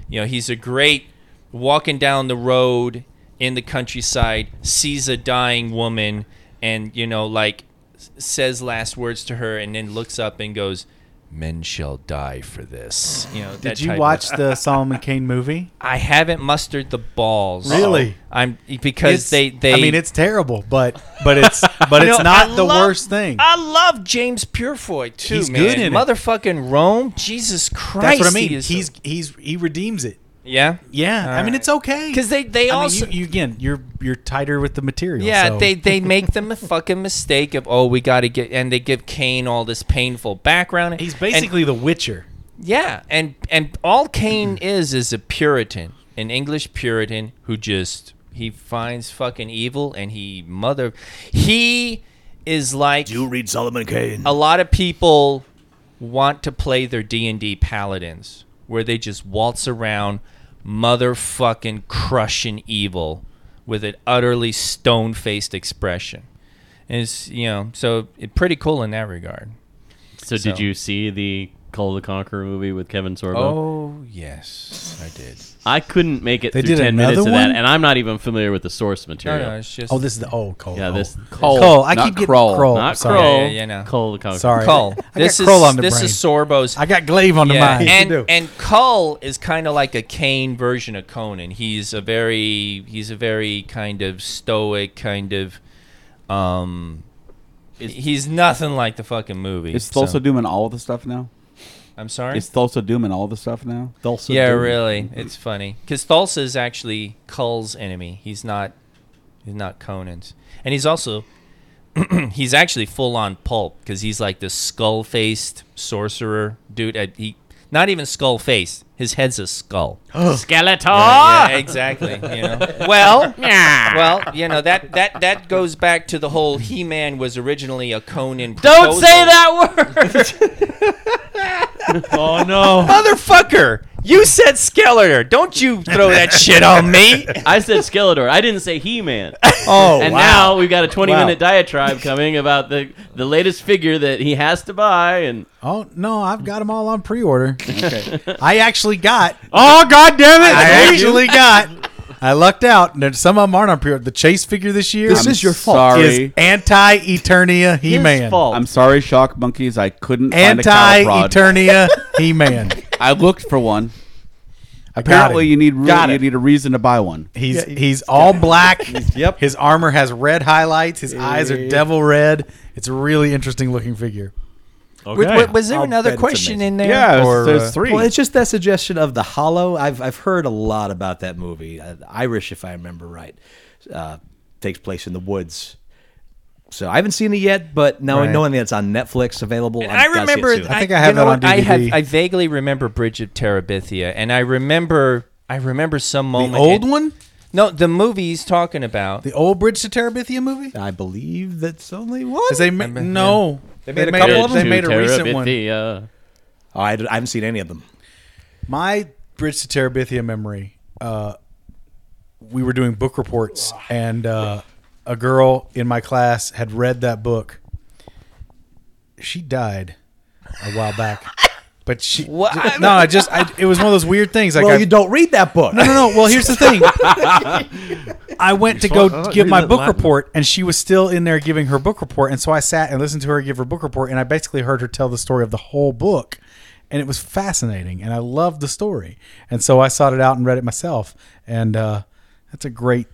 you know, he's a great walking down the road in the countryside, sees a dying woman, and you know, like s- says last words to her, and then looks up and goes. Men shall die for this. You know. that Did you type of- watch the Solomon Kane movie? I haven't mustered the balls. Oh, Really? I'm because It's- they, they. I mean, it's terrible, but but it's but You it's know, not I the love- worst thing. I love James Purefoy too. He's man. good in it. Motherfucking Rome, Jesus Christ. That's what I he mean. is- He's he's he redeems it. yeah, Yeah, I mean right. it's okay because they they I mean, also. you, you again you're you're tighter with the material. yeah, so- they, they make the m- fucking mistake of oh we got to get and they give Kane all this painful background. he's And- basically the Witcher. Yeah, and and all Cain is is a Puritan, an English Puritan who just he finds fucking evil and he mother he is like read Solomon Kane. a lot of people want to play their D&D paladins where they just waltz around motherfucking crushing evil with an utterly stone-faced expression. And it's, you know, so it, pretty cool in that regard. So, So- did you see the Call of the Conqueror movie with Kevin Sorbo? Oh, yes, I did. I couldn't make it They through did ten minutes another of that, one? and I'm not even familiar with the source material. No, no, it's just Oh, this is the oh Cole. yeah, oh. this Cole, Cole, I not keep getting Kroll. Kroll. not sorry. Crow, Yeah, yeah, yeah, no. Cole the Conqueror. Sorry. Cull. I This got is Krull on the this brain. is Sorbo's. I got glaive on the yeah, mind. and You do. and Cull is kind of like a Kane version of Conan. He's a very he's a very kind of stoic kind of. Um, he's nothing like the fucking movie. Is so- Thulsa Doom in all of the stuff now? I'm sorry. Is Thulsa Doom in all the stuff now? Thulsa Mm-hmm. yeah, really, it's funny because Thulsa is actually Cull's enemy. He's not he's not Conan's, and he's also. he's actually full on pulp because he's like this skull faced sorcerer dude. Uh, He not even skull faced. His head's a skull. Skeletor. Yeah, exactly. You know. Ah! Well, well, you know that that that goes back to the whole He-Man was originally a Conan. Don't proposal. say that word. Oh no! motherfucker! You said Skeletor. Don't you throw that shit on me. I said Skeletor. I didn't say He-Man. oh, and wow. now we've got a 20 Wow. minute diatribe coming about the the latest figure that he has to buy and oh no, I've got them all on pre-order. I actually got. Oh god damn it! I actually got. I lucked out. No, Some of them aren't on pre-order. The Chase figure this year This I'm is your fault. sorry. Is anti Eternia his He-Man. fault. I'm sorry, Shock Monkeys. I couldn't find a Anti cow prod. Eternia He-Man. I looked for one. I got Apparently, him. you need re- Got you it. need a reason to buy one. He's he's all black. yep. His armor has red highlights. His eyes are devil red. It's a really interesting looking figure. Okay. was there I'll bet another it's question amazing. in there? yeah, Or, uh, there's, there's three. Well, it's just that suggestion of the Hollow. I've I've heard a lot about that movie. Uh, Irish, if I remember right, uh, takes place in the woods. So I haven't seen it yet, but now Right. knowing that it's on Netflix available, And I've I gotta see it remember. soon. I think I have you know that on what? I DVD. have. I vaguely remember Bridge of Terabithia, and I remember. I remember some The moment. old in- one, No, the movie he's talking about. the old Bridge to Terabithia movie. I believe that's only one. Is they ma- no? They made a couple of them? They made a recent one. one. Oh, I, d- I haven't seen any of them. My Bridge to Terabithia memory. Uh, we were doing book reports, and uh, a girl in my class had read that book. She died a while back, but she What? no. I just I, it was one of those weird things. Like Well, I, you don't read that book. No, no, no. Well, here's the thing. I went to go fuck- give read my it Oh, book Latin. report, and she was still in there giving her book report. And so I sat and listened to her give her book report, and I basically heard her tell the story of the whole book. And it was fascinating, and I loved the story. And so I sought it out and read it myself. And uh, that's a great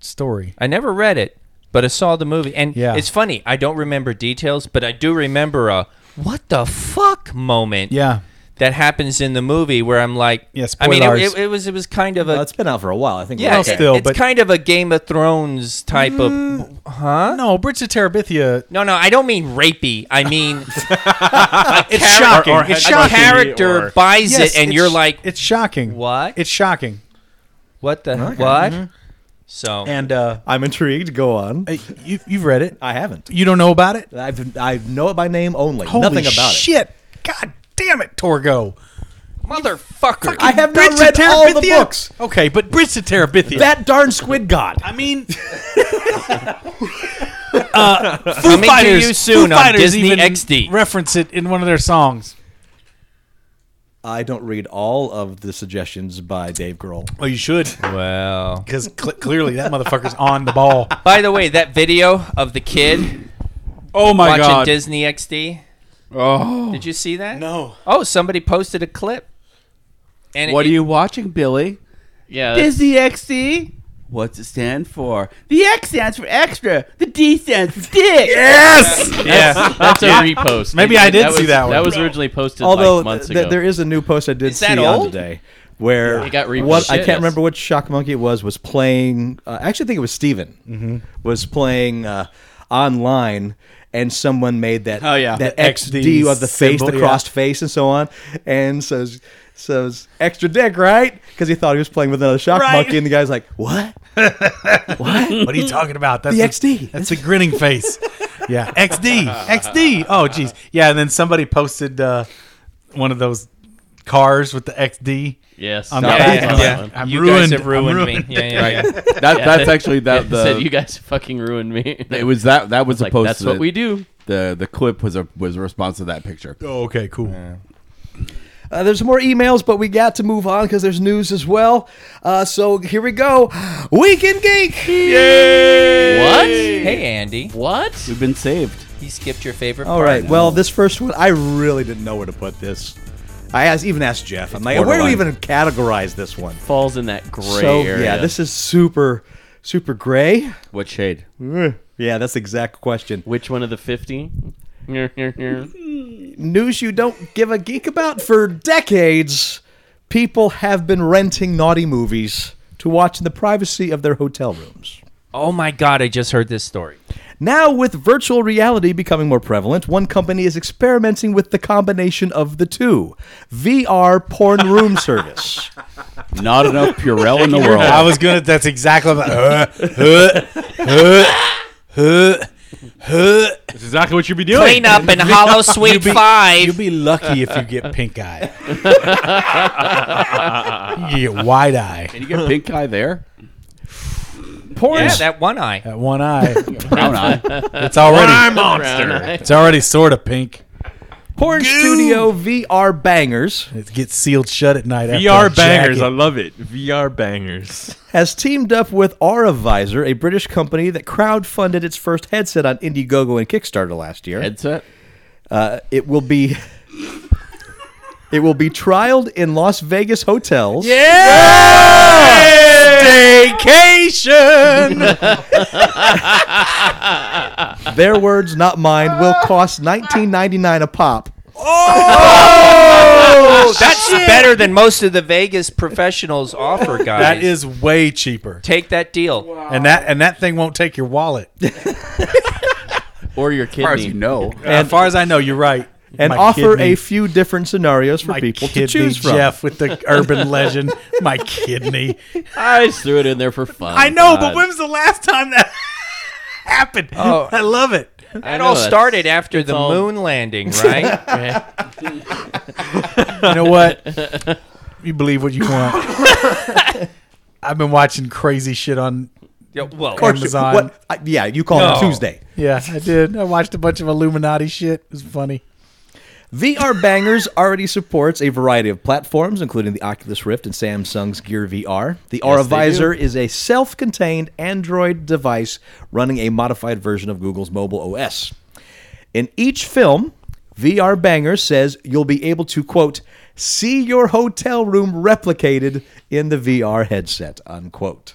story. I never read it, but I saw the movie, and Yeah. it's funny. I don't remember details, but I do remember a what the fuck moment. Yeah. that happens in the movie where I'm like, Yeah, I mean, it, spoilers. it, it was it was kind of a Well, Uh, it's been out for a while. I think. yeah, we're it- okay. still, it's but- Mm. kind of a Game of Thrones type of huh. No, Bridge to Terabithia. No, no, I don't mean rapey. I mean It's char- shocking. or it's had- a Shocking. shocking. character Or- buys Yes, it, and it's- you're like, it's shocking. What? It's shocking. what the what? So mm-hmm. And uh, I'm intrigued. Go on. hey, you, you've read it. I haven't. You don't know about it. I've I know it by name only. Holy Nothing about it. shit! God damn it, Torgo. motherfucker, I have Bridge not to read all the Terabithia? books. Okay, but Bridge to Terabithia. That darn squid god. I mean, coming Fighters, to you soon Foo on Fighters Disney even XD. Reference it in one of their songs. I don't read all of the suggestions by Dave Grohl. Well, Oh, you should, Well, because cl- clearly that motherfucker's on the ball. by the way, that video of the kid Oh my watching god! Disney XD. Oh, did you see that? No. Oh, somebody posted a clip. And What it- are you watching, Billy? Yeah, that's- Is the XD? What's it stand for? The X stands for extra. The D stands for dick. Yes. yeah, That's a repost. Maybe I did see was- that one. That was originally posted Although like months th- ago. there is a new post I did Is see that on old? today where It got what I reposted. can't remember which shock monkey it was was playing. Uh, I actually think it was Steven Mm-hmm. was playing uh, online. And someone made that Oh, yeah. that The XD, XD of the face, symbol, the yeah. crossed face, and so on, and says says extra dick, right? Because he thought he was playing with another shock Right. monkey, and the guy's like, "What? what? What are you talking about? That's The a- XD. that's a grinning face. Yeah, XD, XD. Oh, jeez. Yeah, and then somebody posted uh, one of those cars with the XD. yes. on no, the I back. saw Yeah. that one. I'm you ruined. guys have I'm ruined, ruined. me. Yeah, yeah, yeah. That that's actually that It the said you guys fucking ruined me. it was that that was, like supposed that's to what we do. the the clip was a was a response to that picture. Oh, okay, cool. Uh, there's more emails, but we got to move on because there's news as well. Uh, so here we go. Weekend Geek. What? Hey, Andy, What? Oh. We've been saved. he skipped your favorite. All part. right. Well, this first one, I really didn't know where to put this. I asked, even asked Jeff. I'm like, where do we even borderline. categorize this one? Falls in that gray so area. yeah, this is super, super gray. Eh, What shade? Yeah, that's the exact question. Which one of the fifty? News you don't give a geek about for decades. People have been renting naughty movies to watch in the privacy of their hotel rooms. oh my God, I just heard this story. Now, with virtual reality becoming more prevalent, one company is experimenting with the combination of the two VR porn room service. Not enough Purell in the world. I was gonna. That's exactly. What, uh, uh, uh, uh, uh. That's exactly what you'd be doing. Clean up in Hollow Sweet Five. You'll be lucky if you get pink eye. you get wide eye. Can you get pink eye there? Porn, yeah, that one eye. That one eye. Brown eye. It's already. monster. It's already sort of pink. porn studio VR bangers It gets sealed shut at night. after VR a bangers. jacket. I love it. VR bangers. has teamed up with Aura Visor, a British company that crowdfunded its first headset on Indiegogo and Kickstarter last year. Headset. it will be it will be trialed in Las Vegas hotels. Vacation. Their words, not mine, will cost nineteen ninety nine a pop. That's better than most of the Vegas professionals offer, guys. that is way cheaper. Take that deal. And that and that thing won't take your wallet. or your As far as you kidney. know, as far as I know, you're right. and My offer kidney- a few different scenarios for people to choose from. Jeff with the urban legend. My kidney. Oh I just threw it in there for fun. I know, but God. when was the last time that happened? Oh. I love it. I That know, all that's- started after the all- moon landing, right? You know what? You believe what you want. I've been watching crazy shit on. Yeah, well, course. Amazon. What, I, yeah, you call No. it Tuesday. Yeah, I did. I watched a bunch of Illuminati shit. It was funny. VR Bangers already supports a variety of platforms, including the Oculus Rift and Samsung's Gear VR. The Aura Visor is a self contained Android device running a modified version of Google's mobile OS. In each film, VR Banger says you'll be able to, quote, see your hotel room replicated in the VR headset, unquote.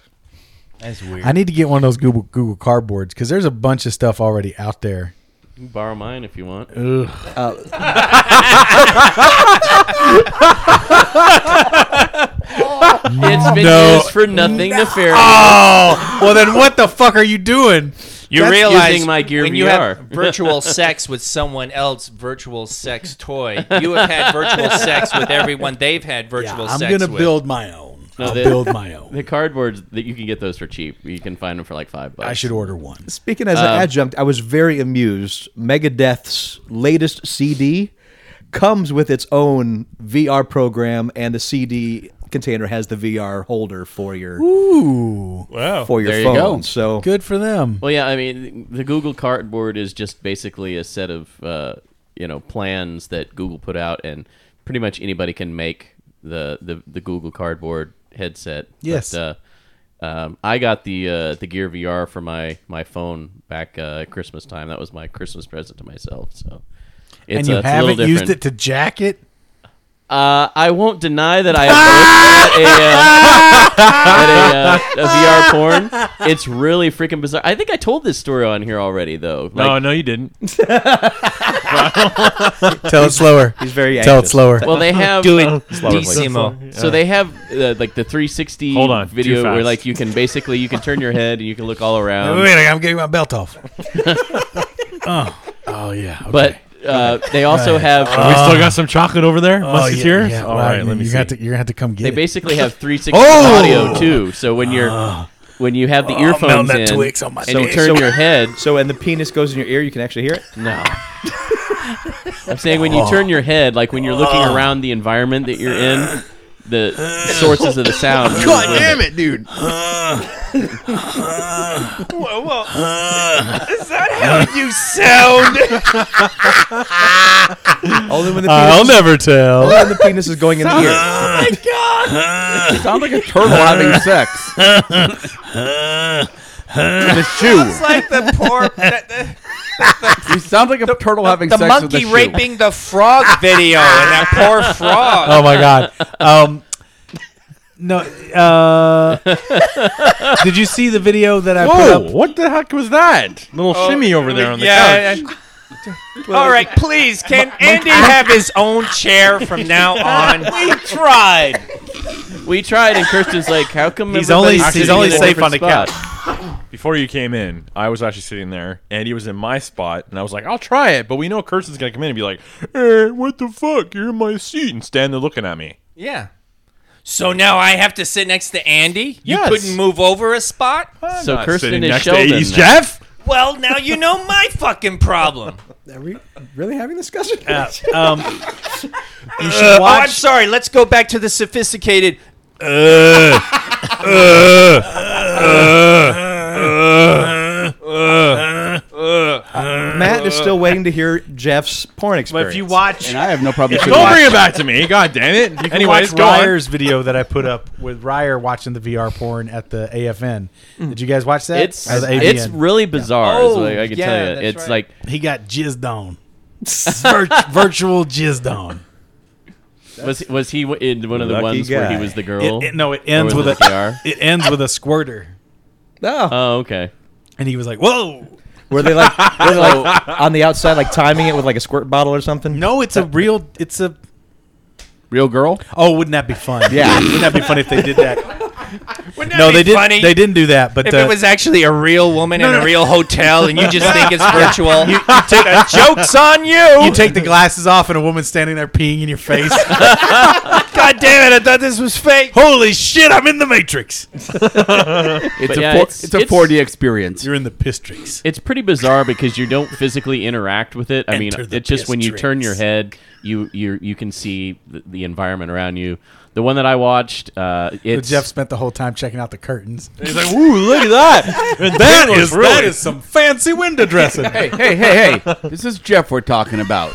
that's weird. I need to get one of those Google Google cardboards because there's a bunch of stuff already out there You can borrow mine if you want. it's videos for nothing nefarious. well, then what the fuck are you doing? You That's realize using my Gear when you VR. have virtual sex with someone else, virtual sex toy. You have had virtual sex with everyone they've had virtual I'm sex gonna with. build my own. I'll they- build my own. The cardboards that you can get those for cheap. You can find them for like five bucks. I should order one. Speaking as an adjunct, I was very amused. Megadeth's latest CD comes with its own VR program, and the CD container has the VR holder for your Wow. for your There you phone. go. So Good for them. Well, yeah, I mean, the Google Cardboard is just basically a set of uh, you know plans that Google put out, and pretty much anybody can make the the, the Google Cardboard headset. Yes. But, uh, um, I got the uh, the Gear VR for my my phone back uh, at Christmas time. That was my Christmas present to myself. So. It's, And uh, you it's a little haven't used it different. to jack it? Uh, I won't deny that I have looked at a, uh, at a, uh, a VR porn. It's really freaking bizarre. I think I told this story on here already, though. Like, no, no, you didn't. Tell it slower. he's very Tell it anxious. slower. Well, they have Do it, please. Decimo. So they have uh, like the 360 Hold on, too video where fast. like you can basically you can turn your head and you can look all Wait, around. wait, I'm getting my belt off. Oh yeah. okay. Uh, But uh, they also have we still got some chocolate over there. Oh, yeah, Musketeers. yeah, All well, right, let me you're see. gonna have to- you're gonna have to come get they it. basically have 360 Oh! audio too. So when you're when you have the Uh, melting earphones that in Twix on my and you dick. turn your head, So and the penis goes in your ear. You can actually hear it. No. I'm saying when you turn your head, like when you're looking around the environment that you're in, the sources of the sound. God damn it, dude. Only when the I'll penis, never tell. only when the penis is going in the ear. Oh Sounds like a turtle having sex. the shoe. like the poor You sound like a turtle having the sex with a monkey shoe. raping the frog video and that poor frog. Oh my god. Um, no. Uh, did you see the video that I Whoa! put up? Oh, What the heck was that? Little shimmy over there on the couch. yeah, I- I- all right, please. Can Andy have his own chair from now on? we tried. We tried, and Kirsten's like, "How come He's everybody's only- he's sitting only in a safe different on the spot?" Before you came in, I was actually sitting there, and he was in my spot, and I was like, "I'll try it," but we know Kirsten's gonna come in and be like, "Hey, what the fuck? You're in my seat," and stand there looking at me. Yeah. So now I have to sit next to Andy. You Yes. couldn't move over a spot. I'm So not Kirsten sitting is next Sheldon to 80s now. Jeff. Well, now you know my fucking problem. Are we really having this discussion? Um, you Uh, should oh, I'm watch. sorry. Let's go back to the sophisticated. Matt is still waiting to hear Jeff's porn But experience. if you watch, And I have no problem. Don't shooting that. bring it back to me. God damn it. You Anyways, Anyways, watch go on. Ryer's video that I put up with Ryer watching the VR porn at the AFN. Did you guys watch that? Mm. It's Or the it's AVN? really bizarre. is Oh, what I can yeah, tell you, that's it's right. like he got jizzed on. Vir- virtual jizzed on. was was he w- in one of the Lucky ones where he guy. was the girl? It, it- no, it Or ends was with it a. VR? It ends with a squirter, oh. Oh, okay. and he was like, "Whoa." were they like, were they like on the outside, like timing it with like a squirt bottle or something? No, it's a real. It's a. Real girl? Oh, wouldn't that be fun? Yeah. wouldn't that be funny if they did that? Wouldn't that No, be they didn't. funny They didn't do that. But If uh, it was actually a real woman in a real hotel, and you just think it's virtual, jokes on you. You take the glasses off, and a woman's standing there peeing in your face. God damn it! I thought this was fake. Holy shit! I'm in the Matrix. It's But a yeah, four, it's- it's, a it's- 4D experience. You're in the Pistrix. It's pretty bizarre because you don't physically interact with it. I mean, Enter the it's just when you piss turn your tricks. head, you you you can see the, the environment around you. The one that I watched, uh, it's Jeff spent the whole time checking out the curtains. He's like, ooh, look at that. That was is that really- is some fancy window dressing. hey, hey, hey, hey. This is Jeff we're talking about.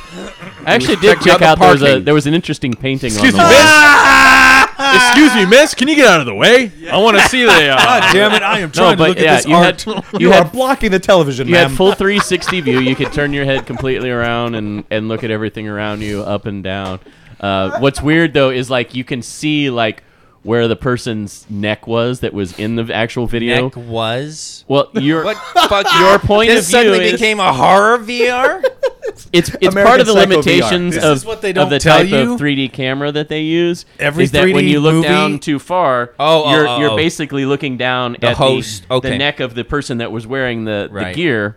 I actually did checked check out. out the There was, a, parking. there was an interesting painting Excuse me, on the wall. miss. Excuse me, miss. Can you get out of the way? I want to see the. Uh, Damn it! I am No, trying to but look yeah, at this you art. had You, you are had blocking the television, you ma'am. had full 360 view. You could turn your head completely around and and look at everything around you, up and down. Uh, what's weird though is like you can see like where the person's neck was that was in the actual video. Neck was. Well, your What fuck? your point this of view suddenly is became a horror VR. it's it's American part of the Psycho limitations This of, is what they of don't the tell type you. of 3D camera that they use. Every is that when 3D you look movie- down too far, Oh, oh, you're oh, you're oh. basically looking down at host, the, okay. the neck of the person that was wearing the, the Right. gear,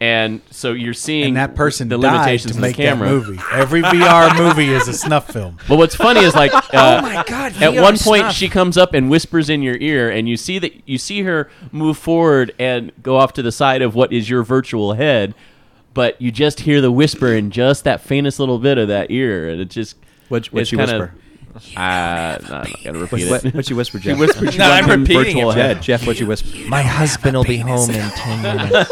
and so you're seeing and that person the died limitations to make of the camera. that movie. Every VR movie is a snuff film. But what's funny is like, uh, oh my god! at VR one point snuff. she comes up and whispers in your ear and you see that you see her move forward and go off to the side of what is your virtual head but you just hear the whisper in just that faintest little bit of that ear and it just What what it's she kinda- whisper? Ah, no, I'm not gonna repeat What it what she whisper, Jeff? whispered No, I'm repeating virtual it. Yeah, Jeff, what you whisper? My husband will be home in ten minutes.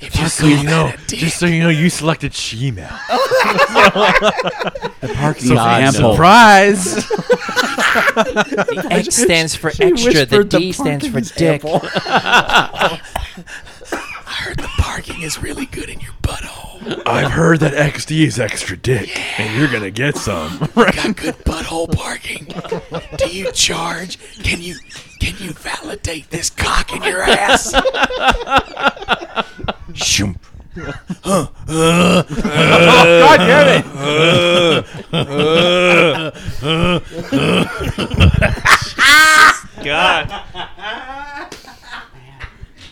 Just so you know, just so you know, you selected Gmail. Parking Surprise! The X stands for She extra. The whispered the D stands for parking dick. Parking is really good in your butthole. I've heard that XD is extra dick, and you're gonna get some. Got good butthole parking. Do you charge? Can you can you validate this cock in your ass? Shoom. God damn it!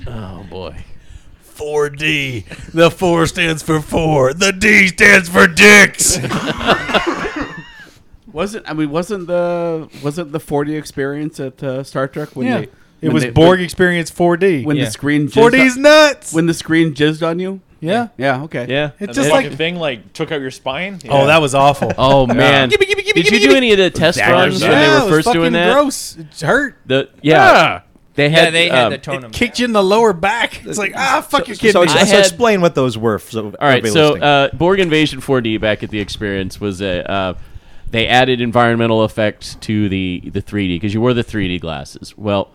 oh boy 4D. The 4 stands for 4. The D stands for dicks. Wasn't I mean? Wasn't the wasn't the 4D experience at uh, Star Trek when Yeah. they it when was they- Borg Experience 4D. when, when Yeah. the screen jizzed 4D's on- nuts. when the screen jizzed on you? yeah. Yeah. Okay. yeah It's just like thing like took out your spine. Oh, that was awful. oh man did you do any of the test runs yeah, when they it were was first fucking doing that gross. It hurt. The- yeah, yeah. they had Yeah, they had um, the totem. Kicked you in the lower back. It's like, ah, fuck your So, kidney. so I had- explain what those were. So All right, so uh, Borg Invasion 4D back at the experience was a uh, they added environmental effects to the the 3D because you wore the 3D glasses. Well,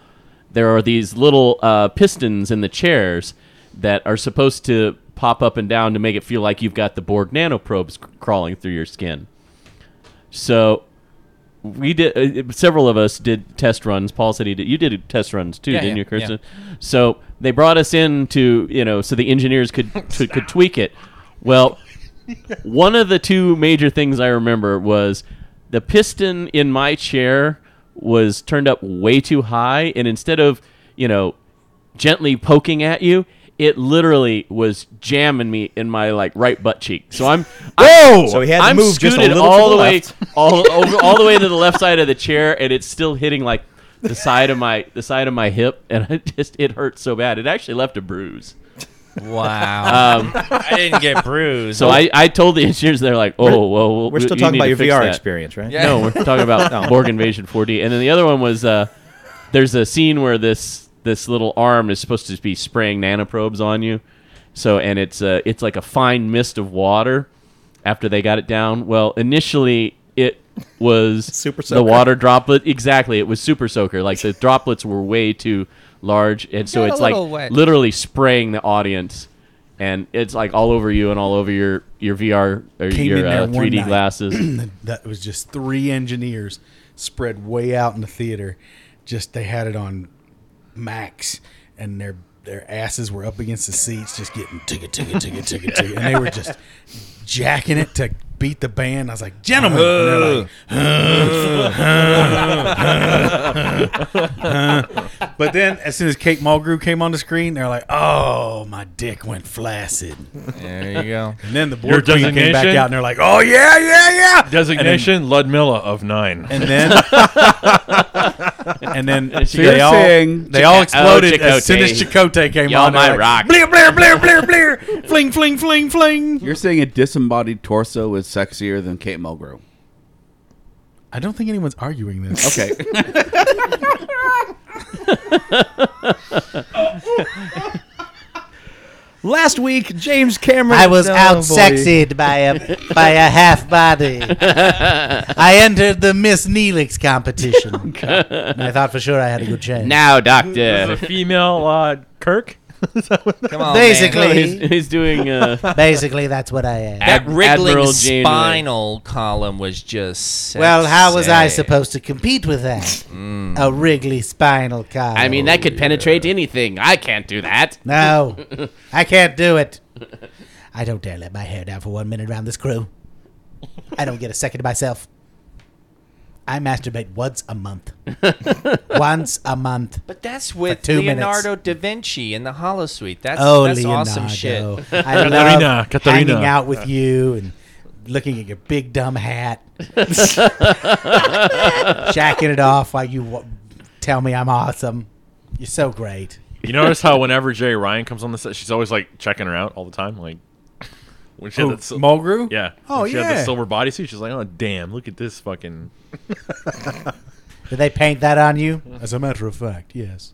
there are these little uh, pistons in the chairs that are supposed to pop up and down to make it feel like you've got the Borg nanoprobes c- crawling through your skin. So we did uh, several of us did test runs. Paul said he did. You did test runs too, Yeah, didn't yeah, you, Kirsten? So they brought us in to you know so the engineers could to, could tweak it. Well, one of the two major things I remember was the piston in my chair was turned up way too high, and instead of you know gently poking at you. It literally was jamming me in my like right butt cheek. So I'm Whoa! so he had to I'm move just a scooted little all to the, the way left. all over, all the way to the left side of the chair, and it's still hitting like the side of my the side of my hip, and I just it hurt so bad. It actually left a bruise. Wow. I didn't get bruised. So I, I told the engineers they're like, oh, whoa, whoa We're still you talking about need to your fix VR that." experience, right? Yeah. No, we're talking about Borg Invasion 4D, and then the other one was uh, there's a scene where this this little arm is supposed to be spraying nanoprobes on you, so and it's uh, it's like a fine mist of water after they got it down. Well, initially it was Super the soaker. water droplet exactly. It was super soaker. Like the droplets were way too large, and so Got a it's like little wet. literally spraying the audience. And it's like all over you and all over your your VR or Came in your there uh, one 3D night. glasses. that was just three engineers spread way out in the theater. Just they had it on max, and their their asses were up against the seats, just getting tigga tigga tigga tigga tigga, and they were just jacking it to beat the band. I was like, gentlemen, And they're like, but then as soon as Kate Mulgrew came on the screen, they're like, oh, my dick went flaccid. There you go. And then the Your board queen came back designation? out, and they're like, oh yeah, yeah, yeah. Designation Ludmilla of nine. and then and then she goes, they all "Sing, they all Chica- oh, exploded as soon as Chicote came Y'all on. They're my like, rock. Blear, blear, blear, blear, blear, fling, fling, fling, fling. You're saying a disembodied torso is sexier than Kate Mulgrew? I don't think anyone's arguing this. Okay. Last week, James Cameron. I was Oh, out boy. sexied by a by a half body. I entered the Miss Neelix competition. and I thought for sure I had a good chance. Now, doctor. female uh, Kirk. Come on, No, man. he's, he's doing. Uh, Basically, that's what I am. That Ad- wriggling Admiral Janeway. spinal column was just. Well, how was I sexy. supposed to compete with that? A Wrigley spinal column. Mm. I mean, that could penetrate anything. I can't do that. no, I can't do it. I don't dare let my hair down for one minute around this crew. I don't get a second to myself. I masturbate once a month. once a month. But that's with two Leonardo da Vinci in the holosuite. That's Oh, that's Leonardo. awesome shit. I Katarina, love Katarina. hanging out with you and looking at your big dumb hat, jacking it off while you w- tell me I'm awesome. You're so great. You notice how whenever Jerry Ryan comes on the set, she's always like checking her out all the time, like when she had that sil- Mulgrew? yeah, Oh, when she had the yeah. silver bodysuit. She's like, oh damn, look at this fucking. Did they paint that on you? Uh, As a matter of fact, yes.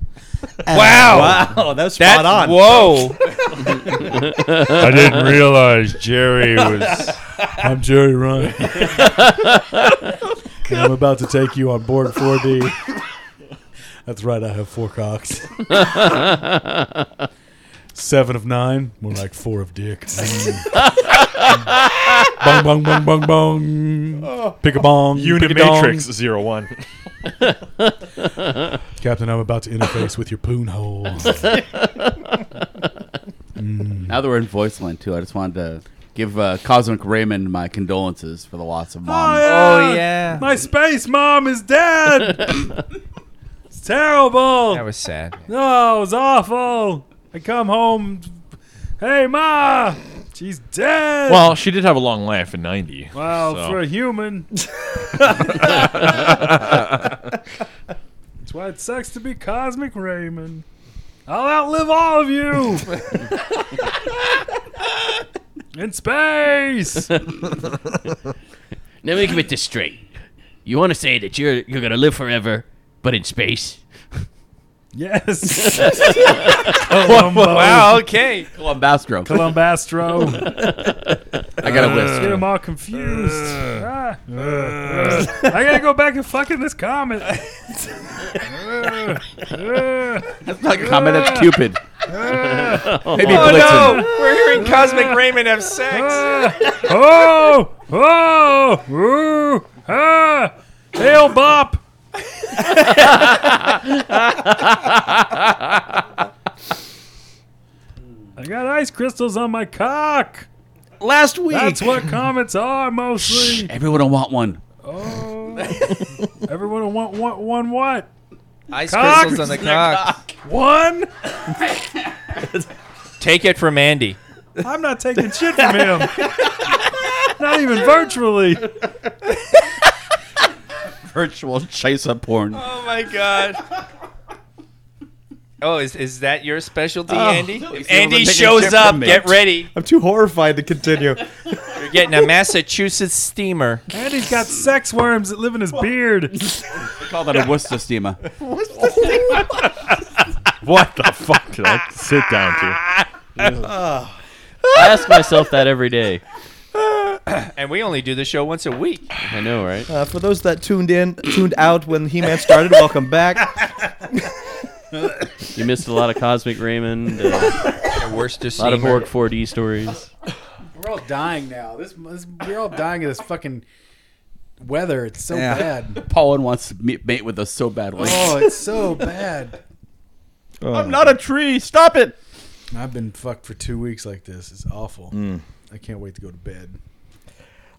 Wow, that was spot on. Whoa! I didn't realize Jerry was. I'm Jerry Ryan. And I'm about to take you on board 4D. That's right, I have four cocks. Seven of nine, more like four of dick. bong, bong, bong, bong, Oh. bong. Pick a bong. pick a dong. Unimatrix zero one. Captain, I'm about to interface with your poon hole. Now that we're in voiceland too, I just wanted to give uh, Cosmic Raymond my condolences for the loss of mom. Oh yeah, My space mom is dead. it's terrible. that was sad. No, Oh, it was awful. I come home. Hey, Ma! She's dead! well, she did have a long life in ninety. Well, so- for a human. That's why it sucks to be Cosmic Raymond. I'll outlive all of you! In space! Let me get this straight. You want to say that you're you're gonna live forever, but in space? Yes! Columbo. wow. Okay. Columbastro. Columbastro. I got a Get list. them all confused. Ah. I gotta go back and fucking this comet. That's not a comment. That's Cupid. Ah. Maybe Oh Blitzen. no! We're hearing Cosmic Raymond have sex. Ah. oh, oh, ooh, ah, hail bop. I got ice crystals on my cock. Last week. That's what comets are mostly. Everyone will want one. Oh, everyone will want one, one what? Ice Cock. crystals on the cock. One? Take it from Andy. I'm not taking shit from him. not even virtually. Virtual chase up porn. Oh my god. Oh, is, is that your specialty, Andy? Oh. If Andy taking shows shit up, from me. get ready. I'm too horrified to continue. You're getting a Massachusetts steamer. And he's got sex worms that live in his beard. Call that a Worcester steamer. What the fuck did I sit down to? I ask myself that every day. And we only do the show once a week. I know, right? Uh, for those that tuned in, tuned out when He-Man started, welcome back. You missed a lot of Cosmic Raymond, uh, The worst a lot of Orc 4D stories. We're all dying now. This, this we're all dying of this fucking weather. It's so Yeah. bad. Paulin wants to meet, mate with us so badly. Oh, it's so bad. I'm not a tree. Stop it. I've been fucked for two weeks like this. It's awful. I can't wait to go to bed.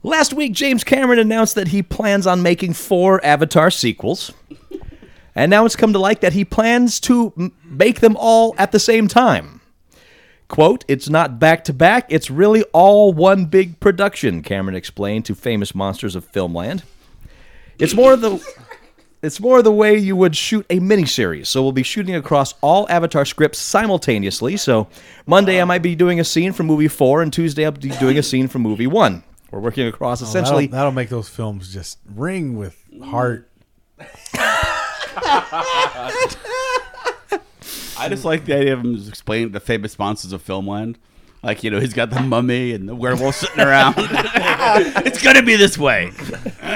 Last week, James Cameron announced that he plans on making four Avatar sequels. And now it's come to light that he plans to m- make them all at the same time. Quote, it's not back to back, it's really all one big production, Cameron explained to famous monsters of filmland. It's more the it's more the way you would shoot a miniseries. So we'll be shooting across all Avatar scripts simultaneously. So Monday I might be doing a scene from movie four, and Tuesday I'll be doing a scene from movie one. We're working across Oh, essentially. that'll, make those films just ring with heart. I just like the idea of him just explaining the famous sponsors of Filmland. Like, you know, he's got the mummy and the werewolf sitting around. it's going to be this way. How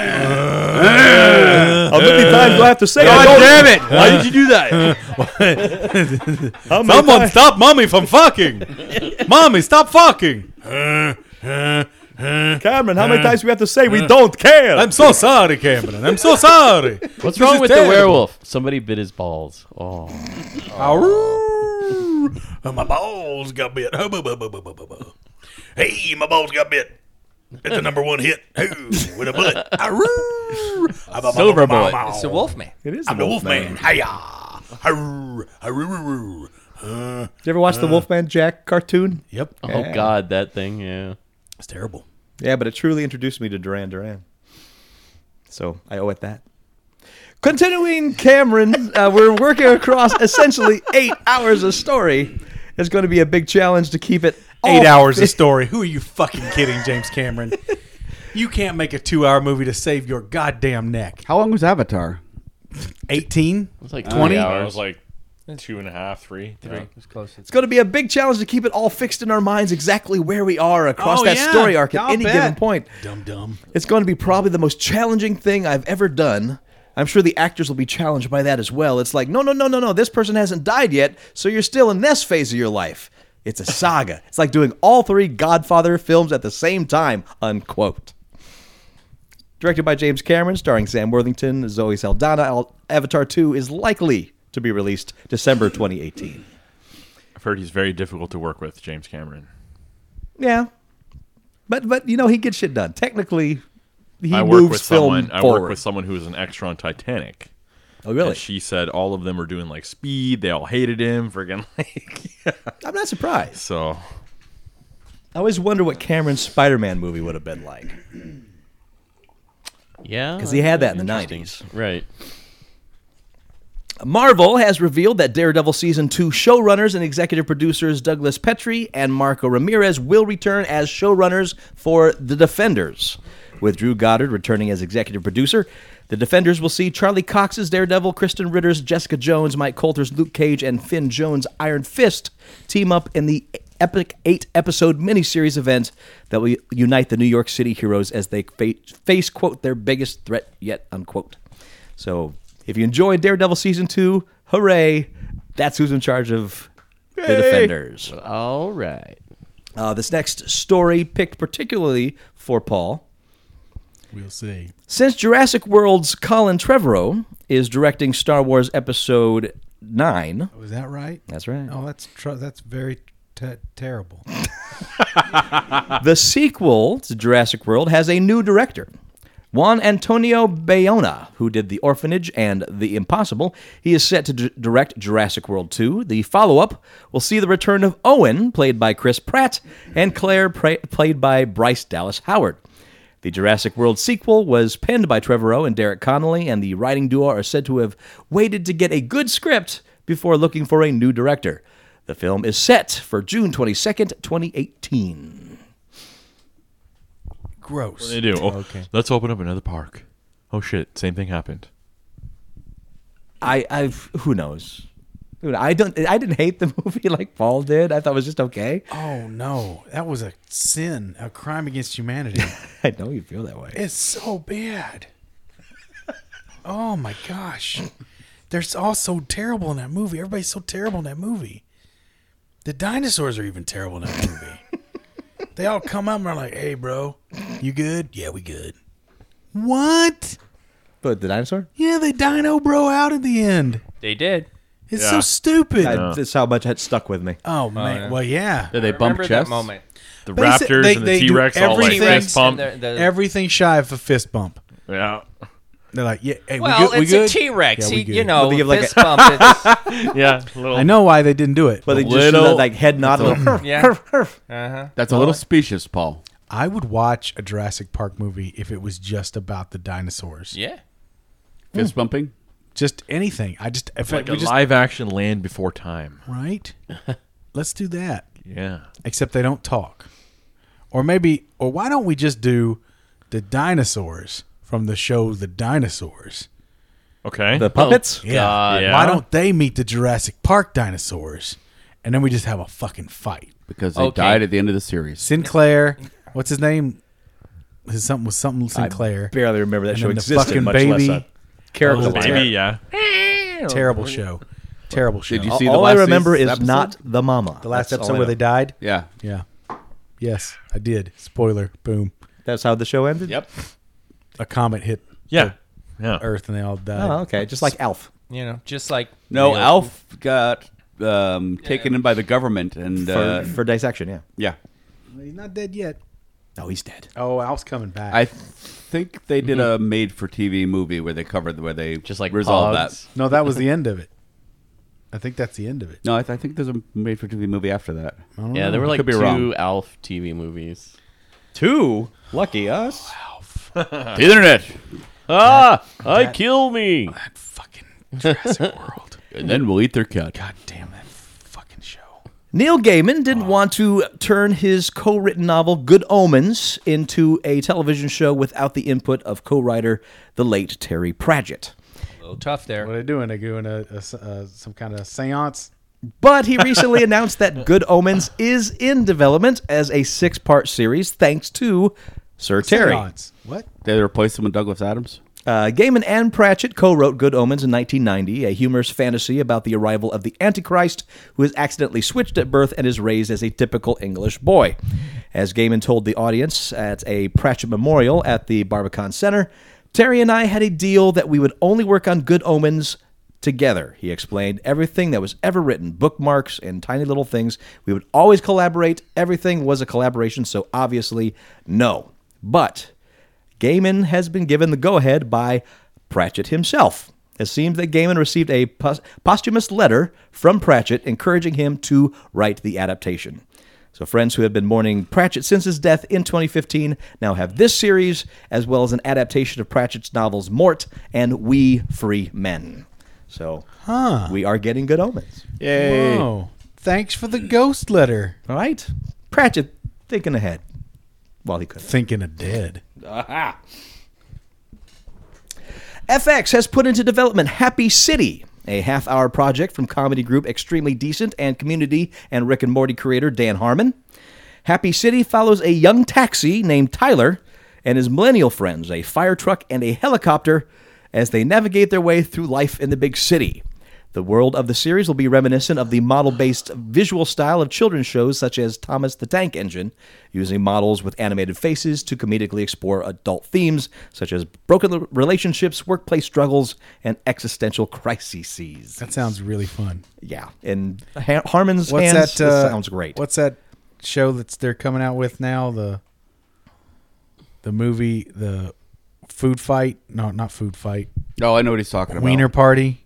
many times do I have to say God I don't? damn it! Why did you do that? How many Someone times- stop mommy from fucking. mommy, stop fucking. Cameron, how many times do we have to say we don't care? I'm so sorry, Cameron. I'm so sorry. What's This wrong is with terrible. the werewolf? Somebody bit his balls. Oh. Oh, my balls got bit. Oh, bu- bu- bu- bu- bu- bu- bu. Hey, my balls got bit. It's the number one hit. Hey, with a bullet. Aroo. Silver bullet. It's the Wolfman. It is. the I'm the Wolfman. Wolfman. Hiya. Aroo. Aroo. Huh. Did you ever watch the Wolfman Jack cartoon? Yep. Eh. Oh God, that thing. Yeah. It's terrible. Yeah, but it truly introduced me to Duran Duran. So I owe it that. Continuing, Cameron, uh, we're working across essentially eight hours of story. It's going to be a big challenge to keep it Oh. Eight all hours fi- of story. Who are you fucking kidding, James Cameron? you can't make a two-hour movie to save your goddamn neck. How long was Avatar? 18? It's like Three 20? hours, like two and a half, three. Yeah. It's close. It's going to be a big challenge to keep it all fixed in our minds exactly where we are across Oh, that yeah. story arc at I'll any bet. given point. Dumb, dumb. It's going to be probably the most challenging thing I've ever done. I'm sure the actors will be challenged by that as well. It's like, no, no, no, no, no, this person hasn't died yet, so you're still in this phase of your life. It's a saga. it's like doing all three Godfather films at the same time, unquote. Directed by James Cameron, starring Sam Worthington, Zoe Saldana, Al- Avatar 2 is likely to be released December 2018. I've heard he's very difficult to work with, James Cameron. Yeah. But, but you know, he gets shit done. Technically, he I moves work with film someone. I forward. work with someone who was an extra on Titanic. Oh, really? And she said all of them were doing like speed. They all hated him. Friggin' like I'm not surprised. so. I always wonder what Cameron's Spider-Man movie would have been like Yeah. because he had that in the '90s. Right. Marvel has revealed that Daredevil season two showrunners and executive producers Douglas Petrie and Marco Ramirez will return as showrunners for The Defenders, with Drew Goddard returning as executive producer. The Defenders will see Charlie Cox's Daredevil, Kristen Ritter's Jessica Jones, Mike Coulter's Luke Cage, and Finn Jones' Iron Fist team up in the epic eight episode miniseries event that will unite the New York City heroes as they fa- face, quote, their biggest threat yet, unquote. So if you enjoyed Daredevil season two, hooray! That's who's in charge of the Defenders. All right. Uh, this next story picked particularly for Paul. We'll see. Since Jurassic World's Colin Trevorrow is directing Star Wars Episode 9, Was Oh, that right? that's right. Oh, that's tr- that's very t- terrible. The sequel to Jurassic World has a new director. Juan Antonio Bayona, who did The Orphanage and The Impossible, he is set to d- direct Jurassic World 2. The follow up will see the return of Owen, played by Chris Pratt, and Claire, pra- played by Bryce Dallas Howard. The Jurassic World sequel was penned by Trevorrow and Derek Connolly, and the writing duo are said to have waited to get a good script before looking for a new director. The film is set for June 22nd, 2018. Gross. They do. Oh, Let's open up another park. Oh shit! Same thing happened. I I've who knows. Dude, I don't. I didn't hate the movie like Paul did. I thought it was just okay. Oh no, that was a sin, a crime against humanity. I know you feel that way. it's so bad. Oh my gosh, they're all so terrible in that movie. Everybody's so terrible in that movie. The dinosaurs are even terrible in that movie. they all come up and are like, "Hey, bro, you good? Yeah, we good." What? But the dinosaur. Yeah, they dino bro out at the end. They did. It's Yeah. so stupid. I- That's how much had stuck with me. oh man. yeah. Well, yeah. Did they I bump remember chests? that moment. The They said- Raptors they- and they the do T Rex all like everything- fist T-Rex pump. And they're- they're- Everything shy of a fist bump. Yeah, They're like, yeah, hey, Well, we good, we it's good? a T Rex. Yeah, we good. you know, Well, they give like fist bump. It's, yeah. Little, I know why they didn't do it. But they just little- let, like head nod. Little, yeah. That's a little specious, Paul. I would watch a Jurassic Park movie if it was just about the dinosaurs. yeah. Fist bumping. Just anything. I just if like we a just live action Land Before Time. right. Let's do that. Yeah. Except they don't talk. Or maybe, or why don't we just do the dinosaurs from the show The Dinosaurs? Okay. the puppets. Yeah. Yeah. Why don't they meet the Jurassic Park dinosaurs, and then we just have a fucking fight? Because they Okay. died at the end of the series. Sinclair, what's his name? His something was something Sinclair. Barely remember that and show then the existed. fucking much baby. less character. Oh, baby, yeah. Terrible show. Terrible show. Oh, Did you see the All I last remember season's is episode? not the mama. The last That's all episode I where they know. died. Yeah. Yeah. Yes, I did. Spoiler. Boom. That's how the show ended. Yep. A comet hit. Yeah. Earth and they all died. Oh, okay. Just like Alf. You know, just like No, Alf got um, taken in by the government and For- uh, for dissection. Yeah. Yeah, Well, he's not dead yet. No, he's dead. Oh, Alf's coming back. I think they did a made-for-TV movie where they covered where they just like resolved that. no, that was the end of it. I think that's the end of it. No, I, th- I think there's a made-for-TV movie after that. I don't Yeah, there were like Could be two wrong. Alf TV movies. Two? Lucky us. The internet. Ah, I kill me. That fucking Jurassic World. And then we'll eat their cat. God damn that fucking show. Neil Gaiman didn't want to turn his co written novel, Good Omens, into a television show without the input of co writer, the late Terry Pratchett. a little oh, tough there. What are they doing? They doing a, a s- uh, some kind of seance. But he recently announced that Good Omens is in development as a six part series thanks to Sir Terry. Seance. What? They replaced him with Douglas Adams. Uh, Gaiman and Pratchett co wrote Good Omens in 1990, a humorous fantasy about the arrival of the Antichrist, who is accidentally switched at birth and is raised as a typical English boy. As Gaiman told the audience at a Pratchett memorial at the Barbican Center, Terry and I had a deal that we would only work on Good Omens together. He explained everything that was ever written, bookmarks and tiny little things. We would always collaborate. Everything was a collaboration, so obviously, no. But Gaiman has been given the go ahead by Pratchett himself. It seems that Gaiman received a pos- posthumous letter from Pratchett encouraging him to write the adaptation. So, friends who have been mourning Pratchett since his death in 2015 now have this series, as well as an adaptation of Pratchett's novels Mort and We Free Men. So, Huh. we are getting good omens. Yay. Whoa. Thanks for the ghost letter. All right. Pratchett thinking ahead while he could. Thinking of dead. FX has put into development Happy City, a half hour project from comedy group Extremely Decent and Community and Rick and Morty creator Dan Harmon. Happy City follows a young taxi named Tyler and his millennial friends, a fire truck and a helicopter, as they navigate their way through life in the big city. The world of the series will be reminiscent of the model based visual style of children's shows such as Thomas the Tank Engine, using models with animated faces to comedically explore adult themes such as broken relationships, workplace struggles, and existential crises. That sounds really fun. Yeah. And ha- Harmon's What's hands that? Uh, sounds great. What's that show that's they're coming out with now? The the movie, the food fight. No, not food fight. Oh, I know what he's talking about. Wiener party.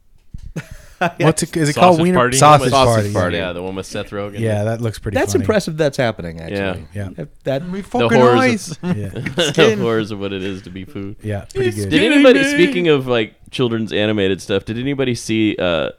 What's it? Is it called Sausage Wiener Party? Sausage, Sausage party? Party. Yeah, the one with Seth Rogen. Yeah, that looks pretty. That's funny. impressive that's happening, actually. Yeah. That, that- The horrors, of, Yeah. the horrors of what it is to be food. Yeah, pretty good. Did anybody? Speaking of like children's animated stuff, did anybody see? Uh,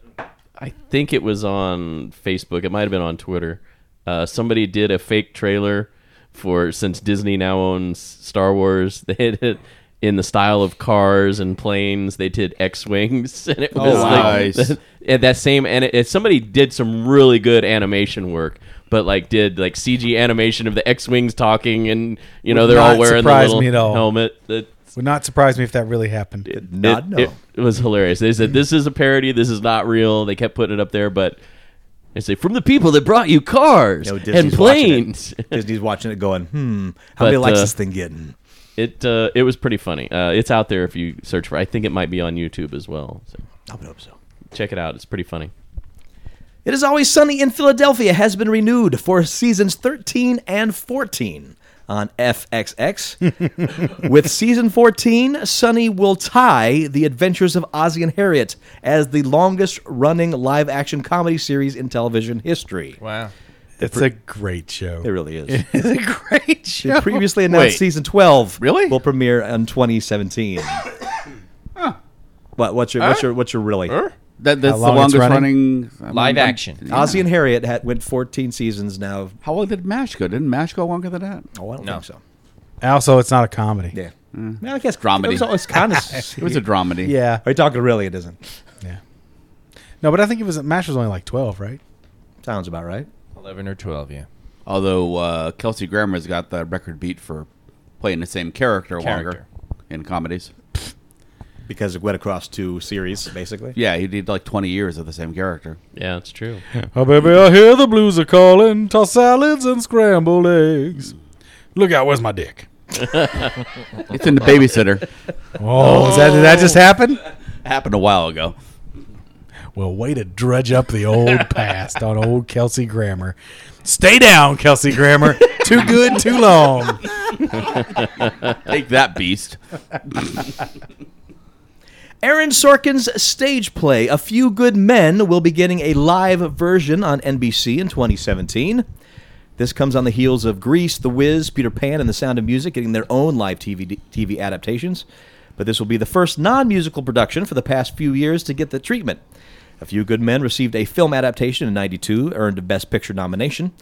I think it was on Facebook. It might have been on Twitter. Uh, somebody did a fake trailer for since Disney now owns Star Wars. They did it in the style of cars and planes. They did X wings, and it Oh, was like nice. and that same and it, somebody did some really good animation work. But like did like CG animation of the X wings talking and you know Would they're all not wearing the surprise little me at all. helmet. That Would not surprise me if that really happened. it, it- it was hilarious. They said this is a parody. This is not real. They kept putting it up there, but they say from the people that brought you cars No, Disney's and planes. Watching it. Disney's watching it going, hmm, how many But, likes uh, this thing getting? It uh, it was pretty funny. Uh, it's out there if you search for. I think it might be on YouTube as well. So I would hope so. check it out. It's pretty funny. It is always sunny in Philadelphia has been renewed for seasons 13 and 14 on FXX. With season 14, Sunny will tie The Adventures of Ozzie and Harriet as the longest running live action comedy series in television history. Wow. It's a great show. It really is. It's a great show. The previously announced Wait. season 12 really? will premiere in 2017. What, what's your what's your what's your really? That, that's How the long it's longest running? running, Live action. Ozzie and Harriet had, went 14 seasons now. How long did Mash go? Didn't Mash go longer than that? Oh, I don't No. think so. Also, it's not a comedy. Yeah. Yeah, Mm. I guess Dramedy. It was, always kind of. It was a dramedy. Yeah. Are you talking really? It isn't. No, but I think it was Mash was only like twelve, right? Sounds about right. Eleven or twelve, yeah. Although uh, Kelsey Grammer's got the record beat for playing the same character, Character. longer in comedies. because it went across two series, basically. Yeah, he did like 20 years of the same character. Yeah, it's true. Oh, baby, I hear the blues are calling. Toss salads and scrambled eggs. Look out, where's my dick? it's in the babysitter. Oh, is that, did that just happen? Happened a while ago. Well, way to drudge up the old past on old Kelsey Grammer. Stay down, Kelsey Grammer. too good, too long. Take that, beast. Aaron Sorkin's stage play, A Few Good Men, will be getting a live version on NBC in 2017. This comes on the heels of Grease, The Wiz, Peter Pan, and The Sound of Music getting their own live TV, d- TV adaptations. But this will be the first non musical production for the past few years to get the treatment. A Few Good Men received a film adaptation in 92, earned a Best Picture nomination.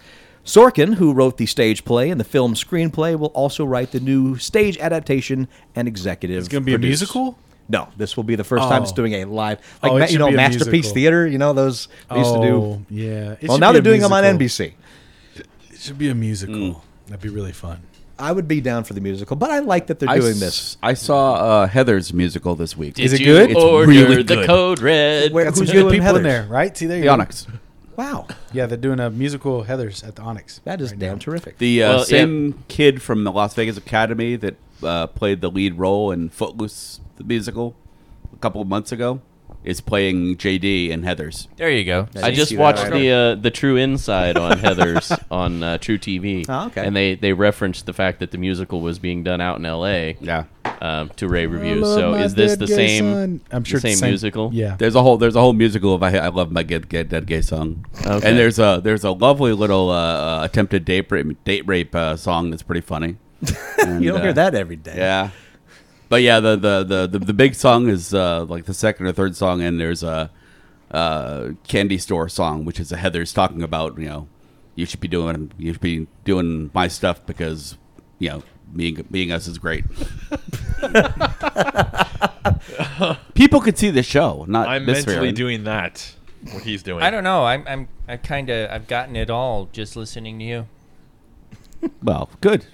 Sorkin, who wrote the stage play and the film screenplay, will also write the new stage adaptation and executive. It's gonna be a musical? No, this like, this will be the first time it's Oh. doing a live, Oh, like it ma- should you know, be a Masterpiece musical. Theater. You know those they used to Oh, do. yeah. It well, should now be they're a doing them on musical. NBC. It should be a musical. Mm. That'd be really fun. I would be down for the musical, but I like that they're I doing s- this. I saw uh, Heather's musical this week. Did you Order really the good. code red. Where, who's good people in there, right? See, there you The go. Onyx. Wow. Yeah, they're doing a musical Heathers at the Onyx. That is damn terrific. The uh, Well, yeah. same kid from the Las Vegas Academy that uh, played the lead role in Footloose, the musical, a couple of months ago, is playing JD in Heather's. There you go. I just watched the uh, the True Inside on Heather's on uh, True TV. Oh, okay. And they, they referenced the fact that the musical was being done out in L.A. Yeah. Um, to rave reviews. love So my is this dead the gay same? son. I'm sure the it's the same, same- musical. Yeah. There's a whole there's a whole musical of I, I love my get get dead gay song, Okay. and there's a there's a lovely little uh, uh, attempted date rape date rape uh, song that's pretty funny. And, You don't uh, hear that every day. Yeah, but yeah, the the the the, the big song is uh, like the second or third song, and there's a uh, candy store song, which is a Heather's talking about you know you should be doing you should be doing my stuff because you know being being us is great. People could see the show, not I'm this mentally Aaron. doing that. What he's doing. I don't know. I'm I'm I kind of I've gotten it all just listening to you. Well, good.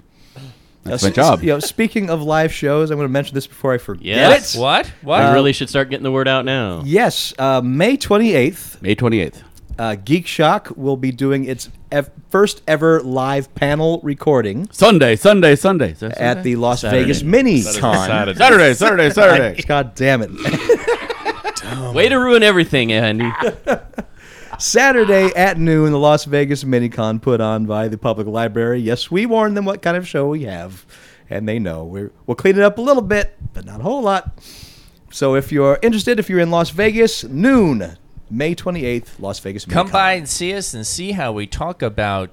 That's my s- job. You know, speaking of live shows, I'm going to mention this before I forget Yes. it. What? What? We Uh, really should start getting the word out now. Yes, uh, May 28th, May 28th. uh, Geek Shock will be doing its ev- first ever live panel recording Sunday, Sunday, Sunday. Is that at the Sunday? Las Saturday. Vegas Mini Con. Saturday. Saturday, Saturday, Saturday. God damn it. Way to ruin everything, Andy. Saturday at noon, the Las Vegas Minicon put on by the public library. Yes, we warned them what kind of show we have, and they know. We're, we'll clean it up a little bit, but not a whole lot. So if you're interested, if you're in Las Vegas, noon, May 28th, Las Vegas Minicon. Come by and see us and see how we talk about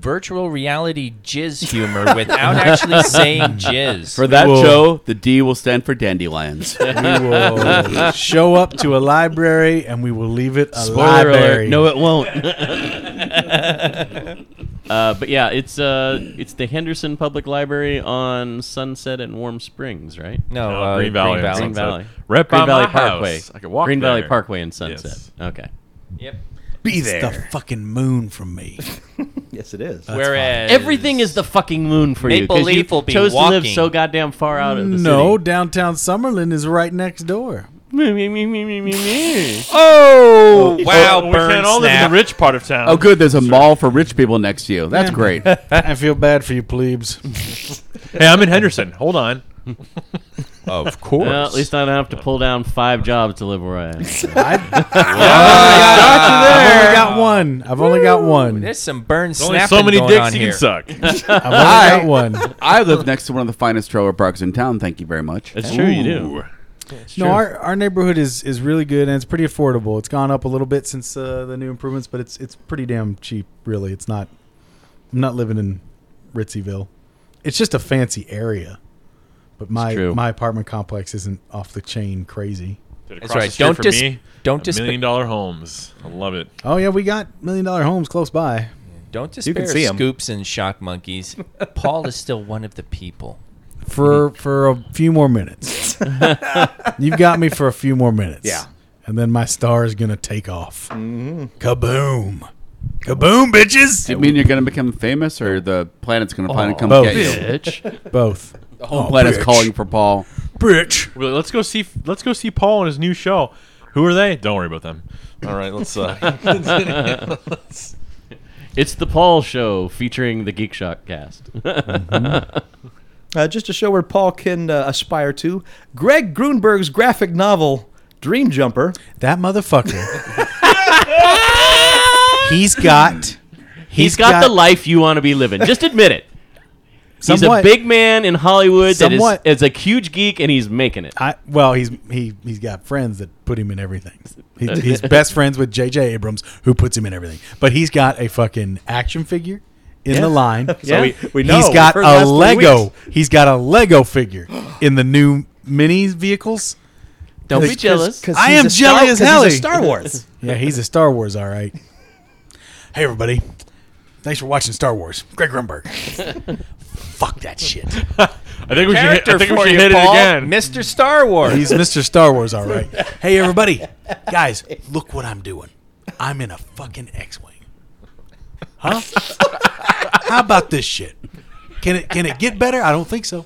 virtual reality jizz humor without actually saying jizz. For that Whoa. show, the D will stand for dandelions. We will show up to a library and we will leave it a Spoiler library. alert. No, it won't. uh, but yeah, it's uh, it's the Henderson Public Library on Sunset and Warm Springs, right? no, No, uh, Green Valley. Green Valley. Right by Green Valley my Parkway. house. I could walk Green Valley there. Parkway and Sunset. Yes. Okay. Yep. Be It's the fucking moon from me. Yes, it is. Uh, Whereas Everything is the fucking moon for Maple you. 'cause Leaf you will be chose to live walking. so goddamn far out of the no, city. downtown Summerlin is right next door. Me, me, me, me, me, me, me. Oh, wow, we burn can't all live in snap. the rich part of town. oh, good. There's a mall for rich people next to you. That's great. I feel bad for you, plebes. Hey, I'm in Henderson. Hold on. of course. Well, at least I don't have to pull down five jobs to live where I am. I've only got one. I've only got one. There's some burn There's only snapping so many going on dicks you here. can suck. I've only got one. I live next to one of the finest trailer parks in town. Thank you very much. That's true, you do. No, our, our neighborhood is, is really good and it's pretty affordable. It's gone up a little bit since uh, the new improvements, but it's it's pretty damn cheap. Really, it's not. I'm not living in Ritzyville. It's just a fancy area, but my true. my apartment complex isn't off the chain crazy. That's right. Don't dis- don't dis- million dollar homes. I love it. Oh yeah, we got million dollar homes close by. Don't You can despair, see 'em. scoops and shock monkeys. Paul is still one of the people. for for a few more minutes. You've got me for a few more minutes. Yeah. And then my star is gonna take off. Kaboom! Kaboom, bitches! Do you mean you're going to become famous, or the planet's going to finally come both. get you? Bitch. Both. The whole planet's calling for Paul. bitch. We're like, let's go see. Let's go see Paul on his new show. Who are they? Don't worry about them. All right, let's. Uh, let's It's the Paul Show featuring the Geek Shock cast. Uh, just to show where Paul can uh, aspire to, Greg Grunberg's graphic novel Dream Jumper. That motherfucker. He's got. he's got, the life you want to be living. Just admit it. Somewhat- he's a big man in Hollywood Somewhat. that is, is a huge geek, and he's making it. I, well, he's he he's got friends that put him in everything. He, he's best friends with J.J. Abrams, who puts him in everything. But he's got a fucking action figure in Yeah. the line. So we- we He's know. got We've heard a last three Lego. weeks. He's got a Lego figure in the new mini vehicles. Don't be Cause- jealous. cause- 'Cause I he's am a jelly as Star- 'cause he's a hell. Star Wars. yeah, he's a Star Wars. All right. Hey everybody! Thanks for watching Star Wars. Greg Grunberg. Fuck that shit. I think we should. Hit, Character I think we for should you, hit Paul. it again. Mr. Star Wars. He's Mr. Star Wars, all right. Hey, everybody. Guys, look what I'm doing. I'm in a fucking X Wing. Huh? How about this shit? Can it can it get better? I don't think so.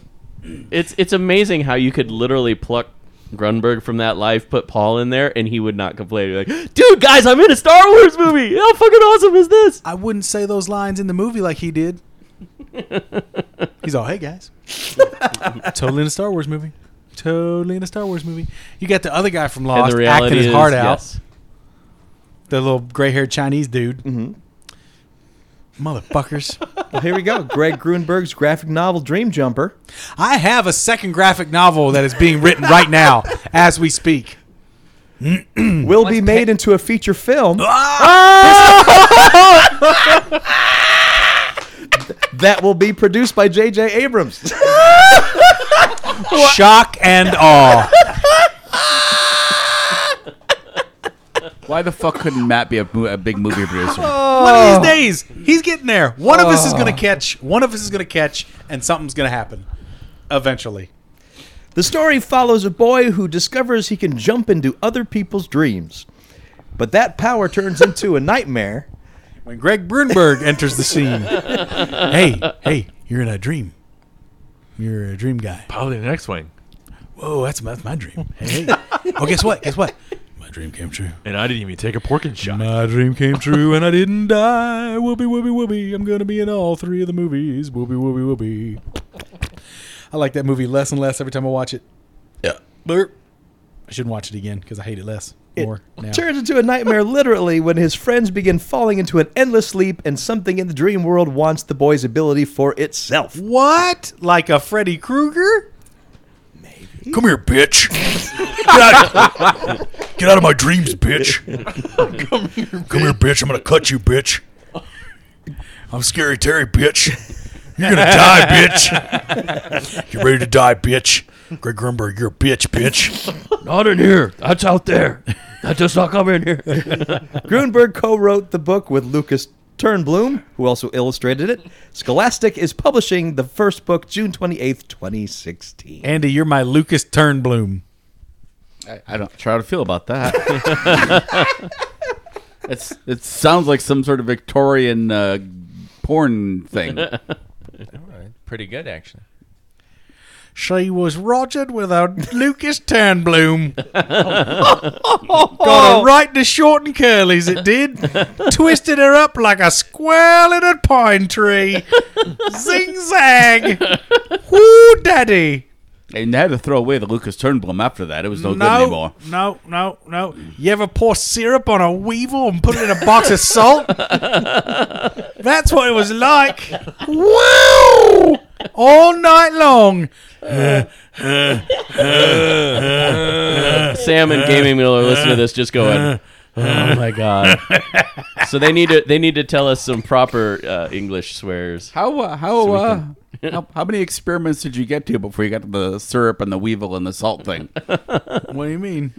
It's it's amazing how you could literally pluck Grunberg from that life, put Paul in there, and he would not complain. You're like, dude, guys, I'm in a Star Wars movie. How fucking awesome is this? I wouldn't say those lines in the movie like he did. He's all, hey guys. totally in a Star Wars movie. Totally in a Star Wars movie. You got the other guy from And Lost the acting reality his is, heart out. yes. The little gray haired Chinese dude. Mm-hmm. Motherfuckers. Well, here we go. Greg Grunberg's graphic novel Dream Jumper. I have a second graphic novel that is being written right now as we speak. will be made into a feature film. that will be produced by J.J. Abrams. Shock and awe. Why the fuck couldn't Matt be a, mo- a big movie producer? One of these days, he's getting there. One of us is going to catch. One of us is going to catch, and something's going to happen eventually. The story follows a boy who discovers he can jump into other people's dreams. But that power turns into a nightmare. When Greg Brunberg enters the scene, hey, hey, you're in a dream. You're a dream guy. Probably Oh, the next wing. Whoa, that's my, that's my dream. Hey, hey. oh, guess what? Guess what? My dream came true. And I didn't even take a porkin shot. My dream came true and I didn't die. Whoopee, whoopee, whoopee. I'm going to be in all three of the movies. Whoopee, whoopee, whoopee. I like that movie less and less every time I watch it. Yeah. Burp. I shouldn't watch it again because I hate it less. More now. Turns into a nightmare literally when his friends begin falling into an endless sleep and something in the dream world wants the boy's ability for itself. What? Like a Freddy Krueger? Come here, bitch. Get out, get out of my dreams, bitch. Come here, bitch. I'm gonna cut you, bitch. I'm scary Terry, bitch. You're gonna die, bitch. You're ready to die, bitch. Greg Grunberg, you're a bitch, bitch. Not in here. That's out there. That does not come in here. Grunberg co-wrote the book with Lucas Turnblum, who also illustrated it. Scholastic is publishing the first book June 28th, 2016. Andy, you're my Lucas Turnbloom. I don't try to feel about that. it's it sounds like some sort of Victorian uh, porn thing. Pretty good, actually. She was rogered with a Lucas Turnbloom. Got her Got right to short and curlies, it did. Twisted her up like a squirrel in a pine tree. Zing zag. Woo, daddy. And they had to throw away the Lucas Turnblum after that. It was no, good anymore. no, no, no. You ever pour syrup on a weevil and put it in a box of salt? That's what it was like. Woo! All night long. Sam and Gaming Miller listen to this, just going, "Oh my god!" So they need to they need to tell us some proper uh, English swears. How uh, how, we uh, how how many experiments did you get to before you got to the syrup and the weevil and the salt thing? What do you mean?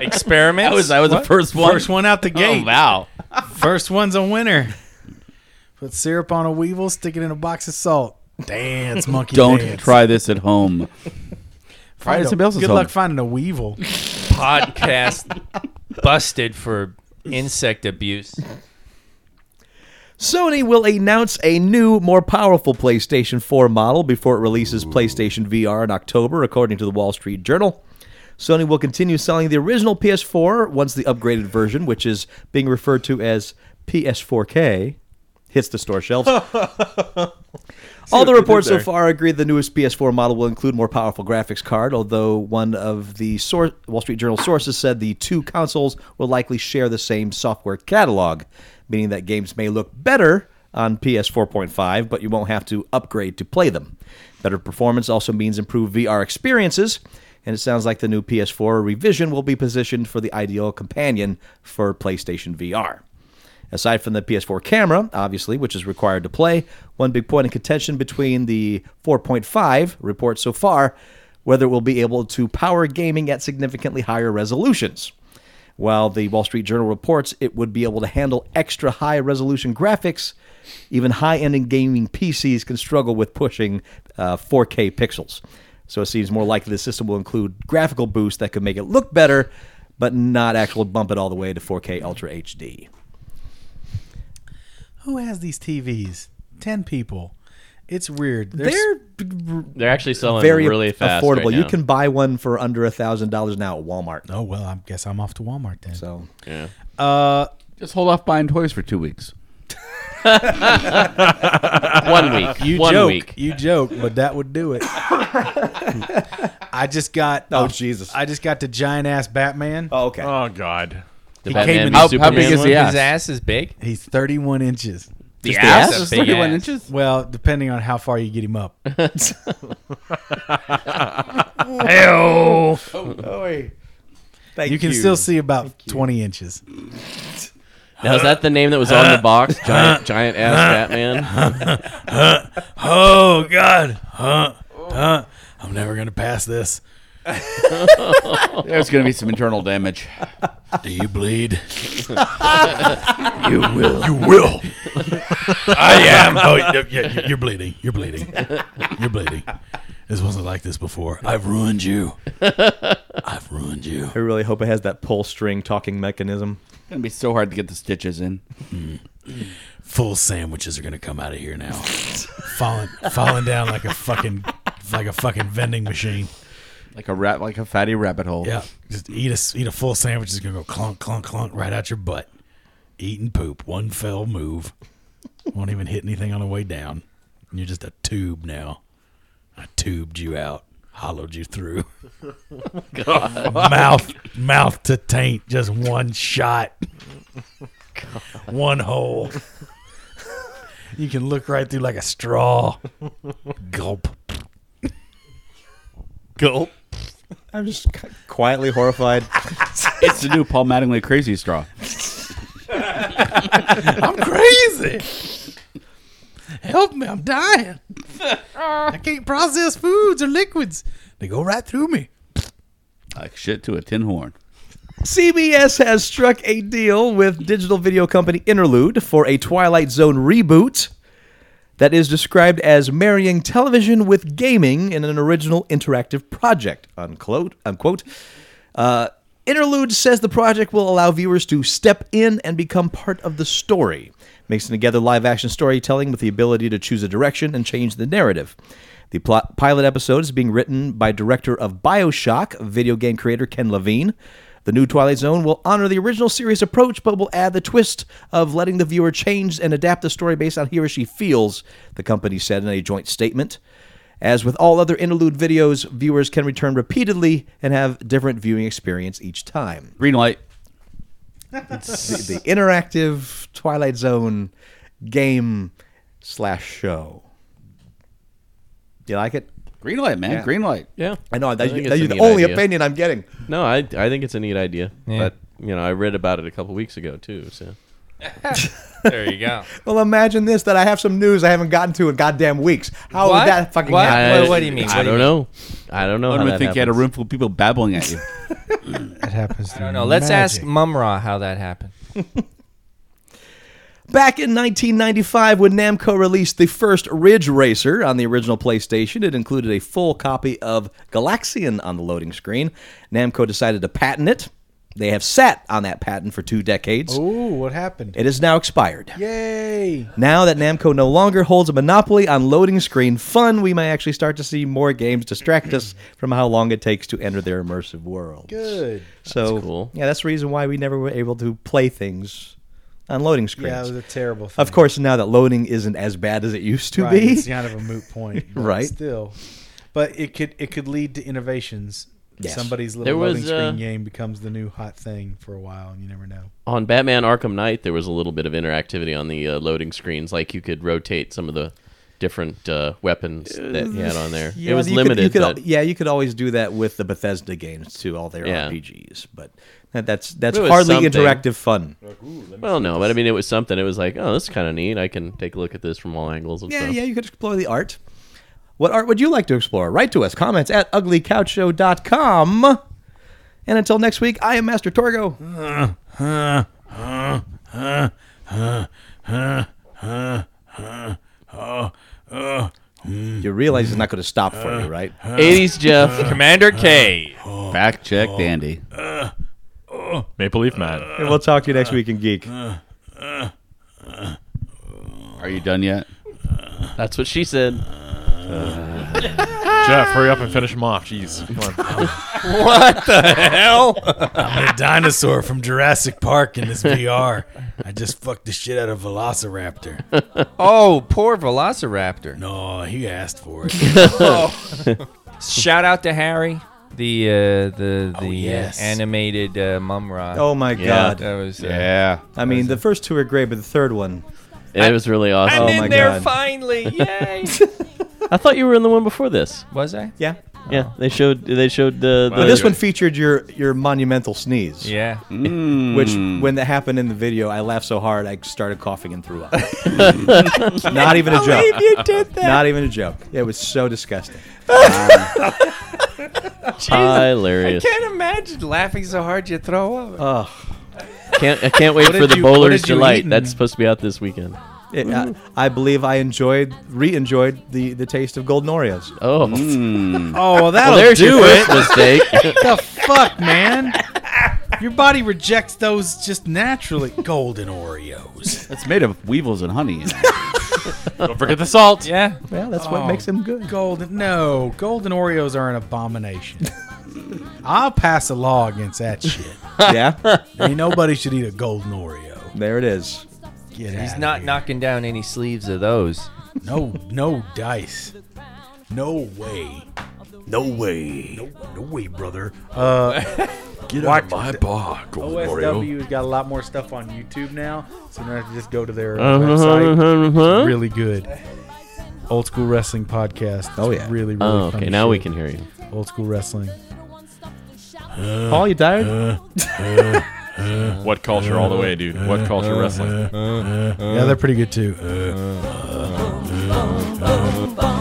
Experiments? That was that was the What? first one. First one out the gate. Oh, wow. First one's a winner. Put syrup on a weevil, stick it in a box of salt. Dance, monkey. Don't dance. try this at home. Try it Find at a- somebody else's Good home. luck finding a weevil. Podcast busted for insect abuse. Sony will announce a new, more powerful PlayStation 4 model before it releases PlayStation VR in October, according to the Wall Street Journal. Sony will continue selling the original PS4 once the upgraded version, which is being referred to as PS4K, hits the store shelves. All what they the did reports so there. far agree the newest PS4 model will include more powerful graphics card, although one of the sour- Wall Street Journal sources said the two consoles will likely share the same software catalog, meaning that games may look better on PS4.5, but you won't have to upgrade to play them. Better performance also means improved VR experiences, and it sounds like the new PS4 revision will be positioned for the ideal companion for PlayStation VR. Aside from the PS4 camera, obviously, which is required to play, one big point of contention between the 4.5 report so far whether it will be able to power gaming at significantly higher resolutions. While the Wall Street Journal reports it would be able to handle extra high resolution graphics, even high end gaming PCs can struggle with pushing uh, 4K pixels. So it seems more likely the system will include graphical boosts that could make it look better, but not actually bump it all the way to 4K Ultra HD. Who has these TVs? Ten people. It's weird. They're They're actually selling very really fast. affordable. right You now. can buy one for under a thousand dollars now at Walmart. Oh well, I guess I'm off to Walmart then. So yeah, uh, just hold off buying toys for two weeks. One week. You One joke. week. You joke, but that would do it. I just got. Oh Jesus! I just got the giant ass Batman. Oh okay. Oh God. The He Batman came in- v Superman one? His ass is big. He's 31 inches. The Just the ass? ass is Big 31 ass. inches. Well, depending on how far you get him up. Oh, boy. Thank you can you. still see about 20 inches. Now is that the name that was on the box? Giant, giant ass Batman. oh God! Huh? Huh? I'm never gonna pass this. There's going to be some internal damage. Do you bleed? you will. You will. I am. Oh, yeah, yeah, you're bleeding. You're bleeding. You're bleeding. This wasn't like this before. I've ruined you. I've ruined you. I really hope it has that pull string talking mechanism. It's going to be so hard to get the stitches in. Full sandwiches are going to come out of here now. falling, falling down like a fucking, like a fucking vending machine. Like a rat, like a fatty rabbit hole. Yeah, just eat a eat a full sandwich. It's gonna go clunk, clunk, clunk right out your butt. Eating poop, one fell move. Won't even hit anything on the way down. And you're just a tube now. I tubed you out, hollowed you through. God. mouth, mouth to taint, just one shot, one hole. You can look right through like a straw. Gulp. Gulp. I'm just quietly horrified. it's the new Paul Mattingly crazy straw. I'm crazy. Help me, I'm dying. I can't process foods or liquids. They go right through me. Like shit to a tin horn. CBS has struck a deal with digital video company Interlude for a Twilight Zone reboot that is described as marrying television with gaming in an original interactive project. Unquote. Unquote. Uh, Interlude says the project will allow viewers to step in and become part of the story, mixing together live action storytelling with the ability to choose a direction and change the narrative. The plot, pilot episode is being written by director of Bioshock, video game creator Ken Levine. The new Twilight Zone will honor the original series approach, but will add the twist of letting the viewer change and adapt the story based on he or she feels, the company said in a joint statement. As with all other interlude videos, viewers can return repeatedly and have different viewing experience each time. Green light. the, the interactive Twilight Zone game slash show. Do you like it? Green light, man. Yeah. Green light. Yeah. I know. That's, I think that's it's a the neat only idea. opinion I'm getting. No, I I think it's a neat idea. Yeah. But you know, I read about it a couple weeks ago too. So there you go. Well, imagine this that I have some news I haven't gotten to in goddamn weeks. How What? would that fucking What? happen? I- What- what do you mean? I What do you don't mean? know. I don't know I how don't that think you had a happens. room full of people babbling at you. That happens. I don't know. Let's ask Mumra how that happened. Back in 1995, when Namco released the first Ridge Racer on the original PlayStation, it included a full copy of Galaxian on the loading screen. Namco decided to patent it They have sat on that patent for two decades. Ooh, what happened? It is now expired. Yay! Now that Namco no longer holds a monopoly on loading screen fun, we may actually start to see more games distract us from how long it takes to enter their immersive world. Good. So, yeah, that's the reason why we never were able to play things on loading screens. Yeah, it was a terrible Of course, now that loading isn't as bad as it used to Right, be, It's kind of a moot point, but right? Still, but it could it could lead to innovations. Yes. Somebody's little There was, loading uh, screen game becomes the new hot thing for a while, and you never know. on Batman Arkham Knight, there was a little bit of interactivity on the uh, loading screens. Like you could rotate some of the different uh, weapons that you had on there. it was you could- limited. you could al- but yeah, you could always do that with the Bethesda games too, all their Yeah. RPGs. But that, that's that's It was hardly something. interactive fun. well, no, but I mean, it was something. It was like, oh, this is kind of neat. I can take a look at this from all angles and Yeah, stuff. yeah, you could explore the art. What art would you like to explore? Write to us. Comments at uglycouchshow.com. And until next week, I am Master Torgo. Huh, huh, huh, huh, huh, huh, huh, oh, oh, hmm. You realize it's not going to stop for you, right? 80s Jeff. Commander K. Fact check, Dandy. Maple Leaf Matt. And we'll talk to you next week in Geek. Are you done yet? That's what she said. Uh, Jeff, hurry up and finish him off. Jeez. Come on. what the hell? I'm a dinosaur from Jurassic Park in this VR. I just fucked the shit out of Velociraptor. Oh, poor Velociraptor. No, he asked for it. Shout out to Harry, the uh, the the uh, yes. animated uh, Mumra. Oh, my God. that was uh, Yeah. I mean, the first two are great, but the third one. It was really I'm awesome. Oh in my there God. finally! Yay! I thought you were in the one before this. was I? Yeah. Oh. Yeah, they showed they showed the, the But this one featured your, your monumental sneeze. Yeah. Hmm. Which, when that happened in the video, I laughed so hard I started coughing and threw up. Not even a joke. you did that. Not even a joke. It was so disgusting. I hilarious. can't imagine laughing so hard you throw up. Uh, Can't I can't wait for did the you- what bowler's did you eat delight. in- That's supposed to be out this weekend. It, I, I believe I enjoyed, re-enjoyed the, the taste of golden Oreos. Oh, Hmm. Oh well, that'll well, there's do your it. first mistake. the fuck, man! Your body rejects those just naturally. Golden Oreos. It's made of weevils and honey. Don't forget the salt. Yeah. Well, that's what Oh. makes them good. Golden, no, golden Oreos are an abomination. I'll pass a law against that shit. Oh. yeah, Ain't nobody should eat a golden Oreo. there it is. Get He's outta not here. knocking down any sleeves of those. No, no dice. No way. No way. No, way, brother. Get out Uh, watch of my bar, Golden Oreo. OSW's got a lot more stuff on YouTube now, so you don't have to just go to their website. It's really good. Old school wrestling podcast. It's Oh, yeah. really really. oh, fun okay. Now we shit. can hear you. Old school wrestling. Paul, you tired? What culture all the way, dude. What culture wrestling. yeah, they're pretty good too. boom, boom.